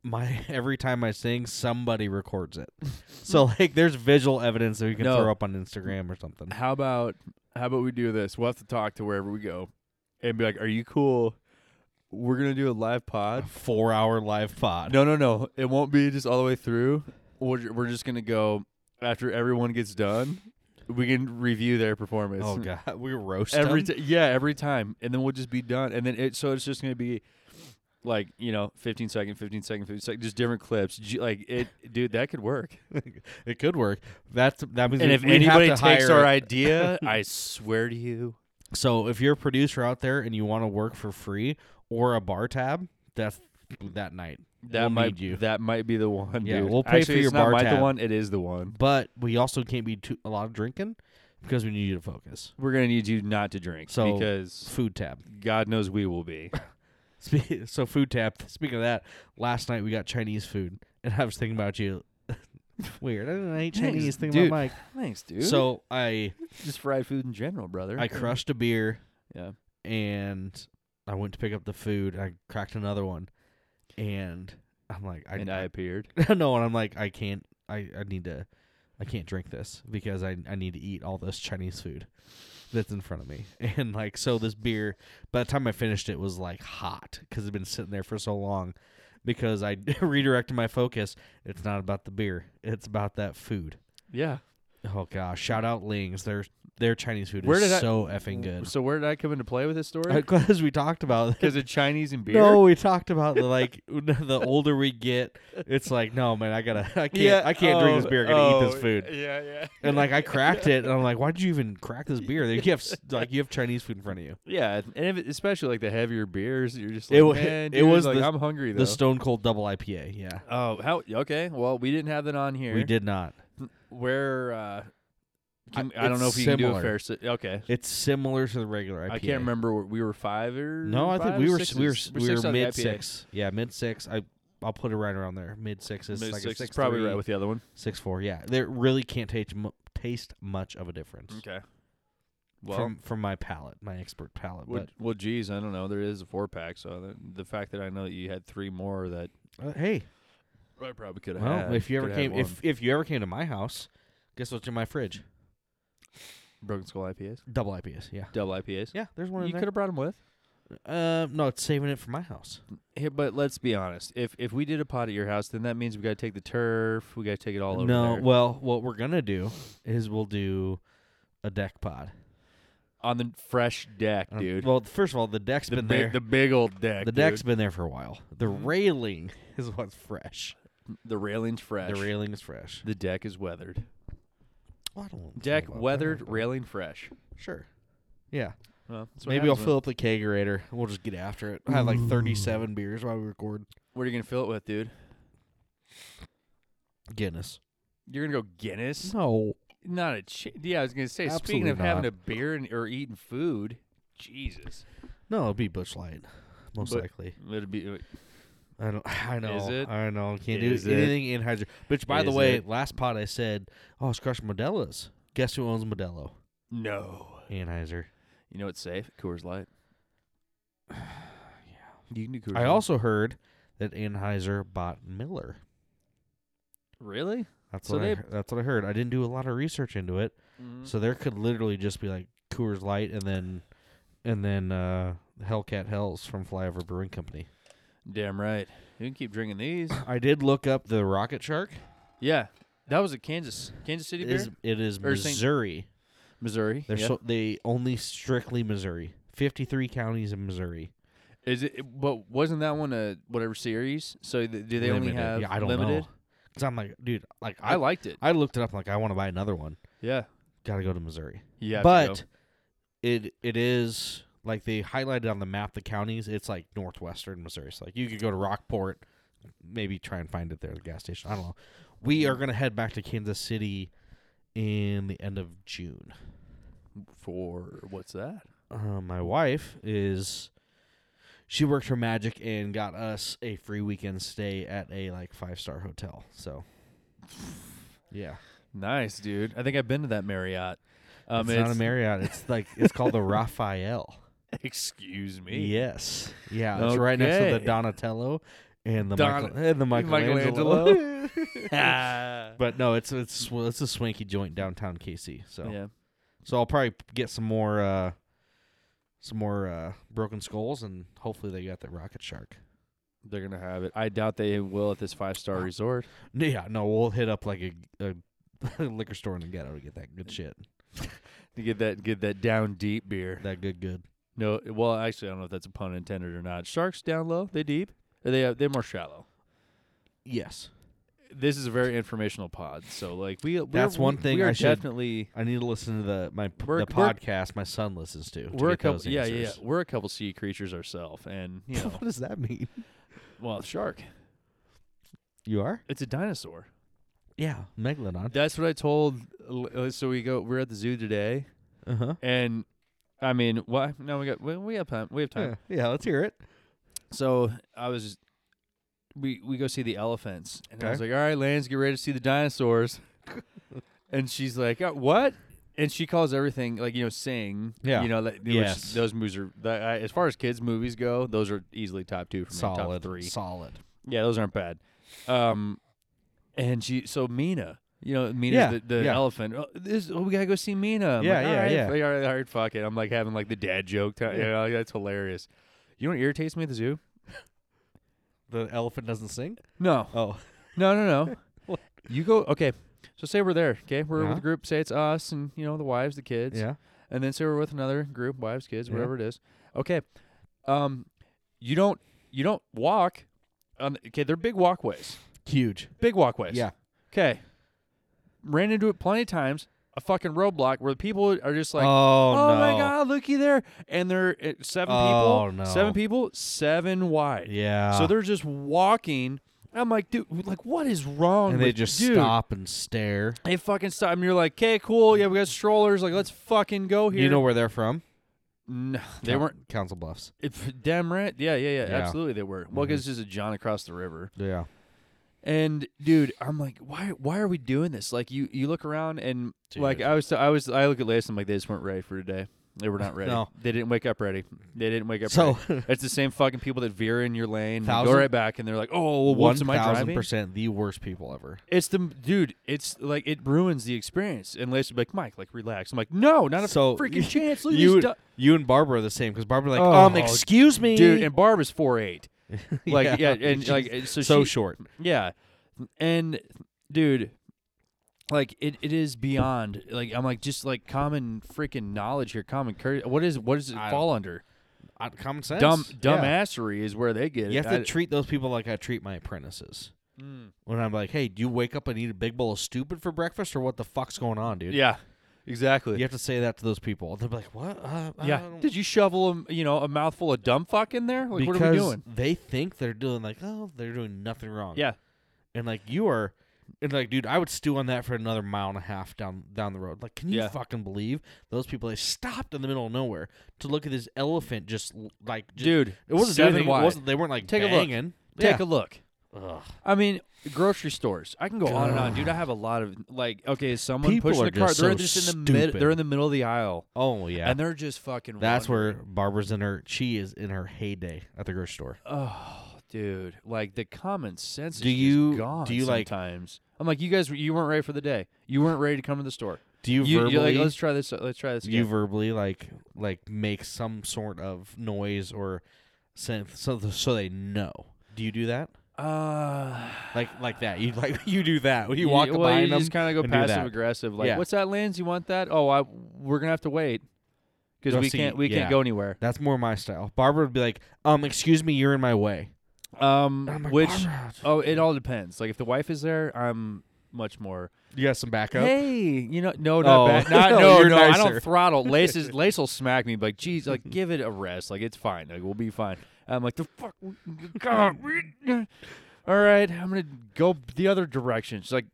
my every time I sing, somebody records it. so like, there's visual evidence that we can
Hmm. No.
throw up on Instagram or something.
how about how about we do this? We'll have to talk to wherever we go, and be like, "Are you cool? We're gonna do a live pod."
Four hour live pod.
No, no, no. It won't be just all the way through. We're, ju- we're just gonna go after everyone gets done. We can review their performance.
Oh god, we roast
Every
them?
ti- yeah, every time, and then we'll just be done. And then it so it's just gonna be like you know, 15 second, 15 second, 15 second, just different clips. Ju- Like it, dude, that could work.
it could work. That's that means.
And
we-
if
we'd have
anybody
to
takes
hire
our
a-
idea, I swear to you,
so if you're a producer out there and you want to work for free or a bar tab, that's that night.
that
We'll
might
need you.
that might be the one.
Yeah,
dude.
we'll pay for
Actually,
your
it's not
bar
might the
tab.
one. It is the one.
But we also can't be too a lot of drinking because we need you to focus.
We're gonna need you not to drink
So-
because
Food tab.
God knows we will be.
Spe- So food tab. Speaking of that, last night we got Chinese food, and I was thinking about you. Weird. I didn't eat
Thanks,
Chinese. Thinking
dude.
about Mike.
Thanks, dude.
So I
just fried food in general, brother.
I crushed a beer.
Yeah.
And I went to pick up the food. and I cracked another one, and I'm like, I
and I appeared.
no, and I'm like, I can't. I, I need to. I can't drink this because I I need to eat all this Chinese food that's in front of me. And like so, this beer. By the time I finished it, was like hot because it'd been sitting there for so long. Because I redirected my focus. It's not about the beer. It's about that food.
Yeah.
Oh gosh! Shout out Ling's. Their their Chinese food
Where
is
did I-
so effing good.
So where did I come into play with this story?
Because we talked about
Because of Chinese and beer.
no, we talked about the like the older we get, it's like no man, I gotta I can't I can't drink this
oh,
beer. I gotta eat this
oh,
food.
Yeah, yeah.
And like I cracked it, and I'm like, why did you even crack this beer? You have s- like you have Chinese food in front of you.
Yeah, and if, it- especially like the heavier beers, you're just like,
It wa-
man,
it
dude,
was
like
the-
I'm hungry though.
The Stone Cold Double IPA. Yeah,
oh, how okay. Well, we didn't have that on here.
we did not.
Where uh can,
I-
I, don't know if
it's
you can do a
similar.
fair si- okay.
It's similar to the regular IPA.
I can't remember where- we were 5 or
No, I think
five
we
or
were, s-
sixes?
we were s- we
six
were
on the
mid
IPA.
six. Yeah, mid six. I I'll put it right around there. Mid sixes.
Mid
like
six
a
is
six
probably
three,
right with the other one.
six four. Yeah, there really can't taste mu- taste much of a difference
Okay.
from from my palate, my expert palate.
Well,
But
well, geez, I don't know. There is a four pack, so the, the fact that I know that you had three more that
uh, hey,
I probably could have.
Well,
had,
if you ever
coulda had
came, if
one.
if you ever came to my house, guess what's in my fridge?
Broken Skull IPAs,
Double IPAs. Yeah,
double IPAs,
yeah. There's one
you
in
could
there.
have brought them with.
Uh, no, it's saving it for my house.
Here, but let's be honest. If if we did a pod at your house, then that means we got to take the turf. We got to take it all over
no,
there.
well, what we're gonna do is we'll do a deck pod,
on the fresh deck,
Um,
dude.
Well, first of all, the deck's
the
been
big,
there.
the big old deck.
The
dude. Mm-hmm.
deck's been there for a while. The railing is what's fresh.
the railing's fresh.
The railing is fresh.
The deck is weathered.
Well, I don't wanna
Deck
talk about that,
weathered,
but-
railing fresh.
Sure. Yeah.
Well, that's what
Maybe I'll
happens when-
fill up the kegerator. and We'll just get after it. I have like 37 beers while we record.
What are you gonna fill it with, dude?
Guinness.
You're gonna go Guinness?
No.
Not a. Ch- yeah, I was gonna say. speaking
Absolutely
of having
not.
a beer and, or eating food, Jesus,
No, it'll be Bush Light, most
But-
likely.
it'd be.
I don't. I know.
it?
I know. Can't
Is
do
it?
anything anhydrous. Which, by the
Is
way,
it?
last pod I said, "Oh, it's crushing Modelo's." Guess who owns Modelo?
No.
Anheuser.
You know it's safe. Coors Light. yeah. You can do Coors.
I
Light.
also heard that Anheuser bought Miller.
really.
That's
So
what I,
they- Hmm.
he- that's what I heard. I didn't do a lot of research into it,
Mm.
so there could literally just be like Coors Light and then and then uh, Hellcat Hells from Flyover Brewing Company.
Damn right. You can keep drinking these.
I did look up the Rocket Shark.
yeah. That was a Kansas Kansas City
It
beer.
is, it is
Or Saint-
Missouri.
Missouri.
They're
yeah.
so they only strictly Missouri. Fifty three counties in Missouri.
Is it? But wasn't that one a whatever series? So th- do they only
Limited.
have
yeah, I don't
limited?
Because I'm like, dude, like
I
I like
liked it.
I looked it up. Like I want to buy another one.
Yeah.
Got to go to Missouri.
Yeah.
but it it is like they highlighted on the map the counties. It's like northwestern Missouri. So like you could go to Rockport, maybe try and find it there at the gas station. I don't know. We are gonna head back to Kansas City in the end of June.
for what's that?
uh, my wife is she worked her magic and got us a free weekend stay at a like five star hotel. So yeah,
Nice, dude. I think I've been to that Marriott. Um,
it's, not a Marriott. It's like it's called the Raphael.
Excuse me.
Yes, yeah, it's right next to the
Okay.
Donatello and the
Don-
Michael- and the Michelangelo.
Michelangelo. Ah.
But no, it's it's well, it's a swanky joint downtown KC. So
yeah.
so I'll probably get some more uh some more uh broken skulls and hopefully they got the rocket shark.
They're gonna have it. I doubt they will at this five star resort.
No, Yeah, no, we'll hit up like a, a liquor store in the ghetto to get that good shit.
To get that get that down deep beer.
That good, good.
No, well, actually, I don't know if that's a pun intended or not. Sharks down low, they deep. Or they uh, they're more shallow.
Yes.
This is a very informational pod, so like we we're-
That's one thing
we are
I should-
definitely
I need to listen to the my p-
We're-
the
we're-
podcast my son listens to. to
we're a
get those
couple yeah, yeah yeah
answers.
we're a couple sea creatures ourselves, and you know
what does that mean?
well shark
You are?
it's a dinosaur.
Yeah, megalodon.
That's what I told. uh, So we go we're at the zoo today,
Uh huh.
and I mean why no we got we, we have time we have time.
Yeah. yeah, let's hear it.
So I was, we we go see the elephants, and I was
Okay.
like, "All right, Lance, get ready to see the dinosaurs." and she's like, uh, "What?" And she calls everything like you know, sing.
Yeah.
you know, like, which-
Yes.
those movies are that, I, as far as kids movies go, those are easily top two for me,
Solid.
top three.
Solid.
Yeah, those aren't bad. Um, and she so Mina. You know, Mina's
Yeah,
the, the
yeah.
elephant. Oh, this, oh, we gotta go see Mina. I'm
Yeah,
like,
yeah,
all right,
yeah.
Like, all, right, all right, fuck it. I'm like having like the dad joke. Time. You know, like, that's hilarious. You know what irritates me at the zoo?
The elephant doesn't sing?
No,
Oh.
no, no, no.
What?
you go. Okay, so say we're there. Okay, we're
Yeah.
with a group. Say it's us and you know the wives, the kids.
Yeah.
And then say we're with another group, wives, kids,
Yeah.
whatever it is. Okay, um, you don't you don't walk. On, okay, they're big walkways,
Huge.
big walkways.
Yeah.
Okay. Ran into it plenty of times. A fucking roadblock where the people are just like,
oh,
"Oh
no.
my god, looky there!" And they're uh, seven
Oh,
people,
no.
seven people, seven wide.
Yeah.
So they're just walking. I'm like, dude, like, what is wrong?
and they
with-
just
dude,
stop and stare.
They fucking stop. And you're like, okay, cool. Yeah, we got strollers. Like, let's fucking go here.
You know where they're from?
no, they
Coun-
weren't.
Council Bluffs.
If, damn right. Yeah, yeah, yeah,
Yeah. Mm-hmm.
Absolutely, they were. Well, because it's just a John across the river.
Yeah.
And dude, I'm like, why? Why are we doing this? Like, you you look around and like
Dude.
I was I was I look at Lace. I'm like, they just weren't ready for today. They were not ready.
No.
They didn't wake up ready. They didn't wake up
So
ready. It's the same fucking people that veer in your lane, and go
Thousand-
right back, and they're like, "Oh, well,
one
what's am I
thousand
driving?"
percent the worst people ever.
It's the dude. It's like it ruins the experience. And Lacey would be like, "Mike, like relax." I'm like, "No, not a
So,
freaking chance." Look at
You,
these du-
you and Barbara are the same because Barbara like,
Oh,
um, excuse me,
dude. And Barb is four eight. Like yeah,
Yeah,
and
she's
like and so
so
she-
short.
Yeah. And dude, like it, it is beyond like I'm like just like common freaking knowledge here, common courtesy. What is what does it
I
fall under?
Uh, common sense.
Dumb
Yeah.
dumbassery is where they get it.
You have to
I-
treat those people like I treat my apprentices.
Mm.
When I'm like, hey, do you wake up and eat a big bowl of stupid for breakfast, or what the fuck's going on, dude?
Yeah. Exactly.
You have to say that to those people. They'll be like, what? Uh, I
yeah.
don't-
Did you shovel a, you know a mouthful of dumb fuck in there? Like
because
what are we doing?
they think they're doing like, oh, they're doing nothing wrong.
Yeah.
and like you are, and like, dude, I would stew on that for another mile and a half down down the road. Like, can you
Yeah.
fucking believe those people? They stopped in the middle of nowhere to look at this elephant, just l- like, just,
Dude,
it wasn't doing
seven
anything.
wide.
It wasn't, they weren't like
Take a look.
banging.
Take a look.
a look.
I mean, grocery stores. I can go on and on, dude. I have a lot of like okay, is someone
People
pushing
are
the cart.
just
they're
so
just in the mid
stupid.
they're in the middle of the aisle.
Oh yeah,
And they're just fucking
That's
wondering.
where Barbara's in her. She is in her heyday at the grocery store.
Oh, dude! Like the common sense.
Do
is just
you-
gone
do you, like-
sometimes? I'm like, you guys, you weren't ready for the day. You weren't ready to come to the store.
Do you,
You, are
verbally?
like, let's try this. Let's try this.
do you
Again.
verbally like like make some sort of noise or sense so so they know. Do you do that?
Uh,
Like like that? You like you do that when you walk
well,
by
you
them?
just kind of go
and do
passive
that.
aggressive. Like,
Yeah.
what's that lens? You want that? Oh, I we're gonna have to wait because
Go
we
see-
can't we
yeah.
can't go anywhere.
That's more my style. Barbara would be like, "Um, excuse me, you're in my way."
Um,
And I'm like,
which
"Barbara."
oh, it all depends. Like if the wife is there, I'm much more
you got some backup?
Hey, you know, no, not
Oh.
bad. Not,
No,
no,
you're
no, I don't
nicer.
throttle. Lace is, Lace will smack me, but like, geez, like, give it a rest. Like, it's fine. Like, we'll be fine. I'm like, the fuck, God. we- All right, I'm gonna go the other direction. She's like,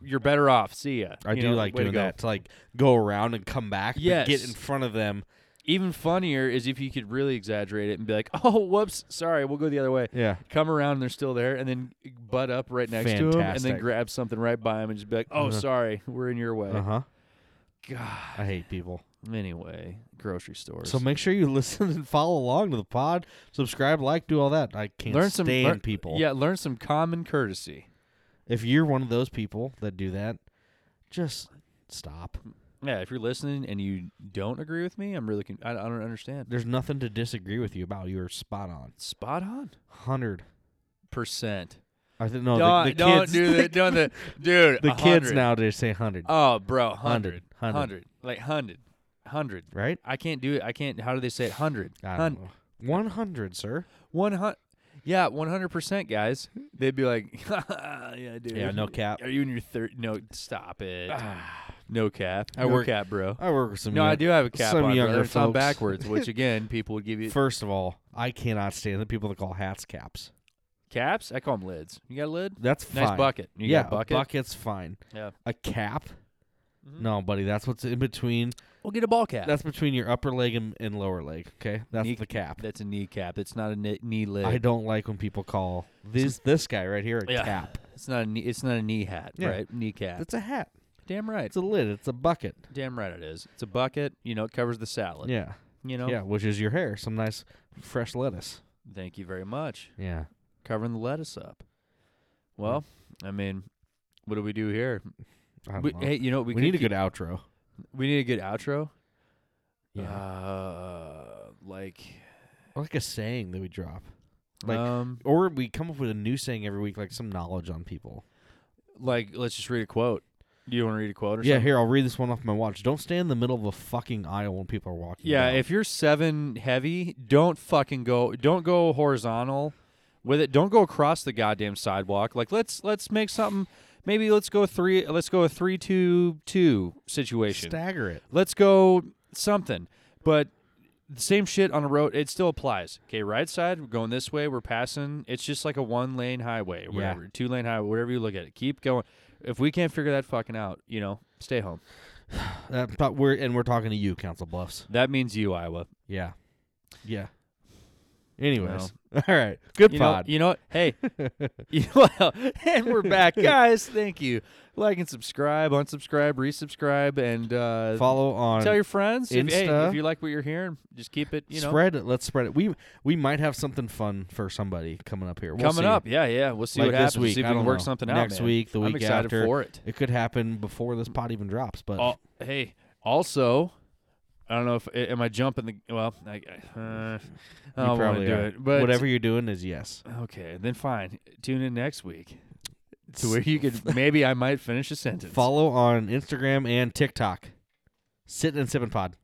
you're better off. See ya.
I
You
do
know,
like
way to
doing
go.
that to like go around and come back, but
Yes.
get in front of them.
Even funnier is if you could really exaggerate it and be like, oh, whoops, sorry, we'll go the other way.
Yeah,
Come around and they're still there, and then butt up right next to him, and then
Fantastic.
grab something right by him and just be like, oh,
Uh-huh.
sorry, we're in your way.
uh huh.
God.
I hate people.
Anyway, grocery stores.
So make sure you listen and follow along to the pod. Subscribe, like, do all that. I can't
learn some
stand
learn-
people.
Yeah, learn some common courtesy.
If you're one of those people that do that, just stop.
Yeah, if you're listening and you don't agree with me, I'm really con- I, I don't understand.
There's nothing to disagree with you about. You're spot on.
Spot on
Hundred.
percent.
I think no.
don't
Oh, the, the
don't
kids,
do that. Don't the dude.
The, kids
100.
nowadays say hundred,
Oh, bro, hundred,
Hundred, hundred.
hundred, like hundred, hundred.
right?
I can't do it. I can't. How do they say it? Hundred.
I
Hun-
don't know. One hundred, sir.
One hundred. Yeah, one hundred percent, guys. They'd be like, "Yeah, dude.
Yeah, no cap.
Are you in your third? No, stop it. no cap.
I
no
work-
cap, bro.
I work with some.
No,
young-
I do have a cap
some
on,
younger
brother. It's on
folks.
backwards, which again, people would give you
First of all, I cannot stand the people that call hats caps.
caps. I call them lids. You got a lid?
That's
Nice
fine.
bucket. You
yeah,
got a
a
bucket.
bucket's fine.
Yeah.
A cap.
Mhm.
No, buddy, that's what's in between
We'll get a ball cap.
That's between your upper leg and, and lower leg. Okay, that's
Knee-
the cap.
That's a knee cap. It's not a knee, knee lid.
I don't like when people call this this guy right here a
Yeah.
cap.
It's not a knee. It's not a knee hat.
Yeah.
Right? Knee cap.
It's a hat.
Damn right.
It's a lid. It's a bucket.
Damn right it is. It's a bucket. You know, it covers the salad.
Yeah,
You know.
yeah, which is your hair. Some nice fresh lettuce.
Thank you very much.
Yeah,
Covering the lettuce up. Well, I mean, what do we do here?
I don't
We,
know.
hey, you know, what
we,
we,
need
could
a
keep-
good outro.
We need a good outro.
Yeah,
Uh, like,
Or like a saying that we drop, Like-
um,
or we come up with a new saying every week, like some knowledge on people.
like let's just read a quote. Do you want to read a quote or
Yeah,
something?
here I'll read this one off my watch. Don't stand in the middle of a fucking aisle when people are walking.
Yeah,
down.
if you're seven heavy, don't fucking go don't go horizontal with it. Don't go across the goddamn sidewalk. Like let's let's make something maybe let's go three let's go a three two two situation.
stagger it.
let's go something. But the same shit on a road, it still applies. Okay, right side, we're going this way, we're passing. It's just like a one lane highway, or
Yeah.
whatever, two lane highway, whatever you look at it. Keep going. If we can't figure that fucking out, you know, stay home.
That, Uh, but we're and we're talking to you, Council Bluffs.
That means you, Iowa.
Yeah. Yeah. Anyways, all right. Good
you know,
pod.
you know what? Hey, you know what? and we're back, guys. Thank you. Like and subscribe, unsubscribe, resubscribe, and uh,
Follow on.
Tell your friends. If, hey,
Insta.
if you like what you're hearing, just keep it. You know,
spread it. Let's spread it. We we might have something fun for somebody coming up here. We'll
coming
see.
up. Yeah, yeah. We'll see
like
what
this
happens.
week.
see if
I
we
don't
can work
know.
something out
next
man.
week. The
I'm
week
excited
after.
for it.
It could happen before this pod even drops, but
Al- hey, also, I don't know if a- am I jumping the well. I, I, uh, I
you
don't want to
probably
do
are.
it, but
whatever you're doing is yes.
Okay, then fine. Tune in next week to where you could maybe I might finish a sentence.
Follow on Instagram and TikTok. Sitting and sipping pod.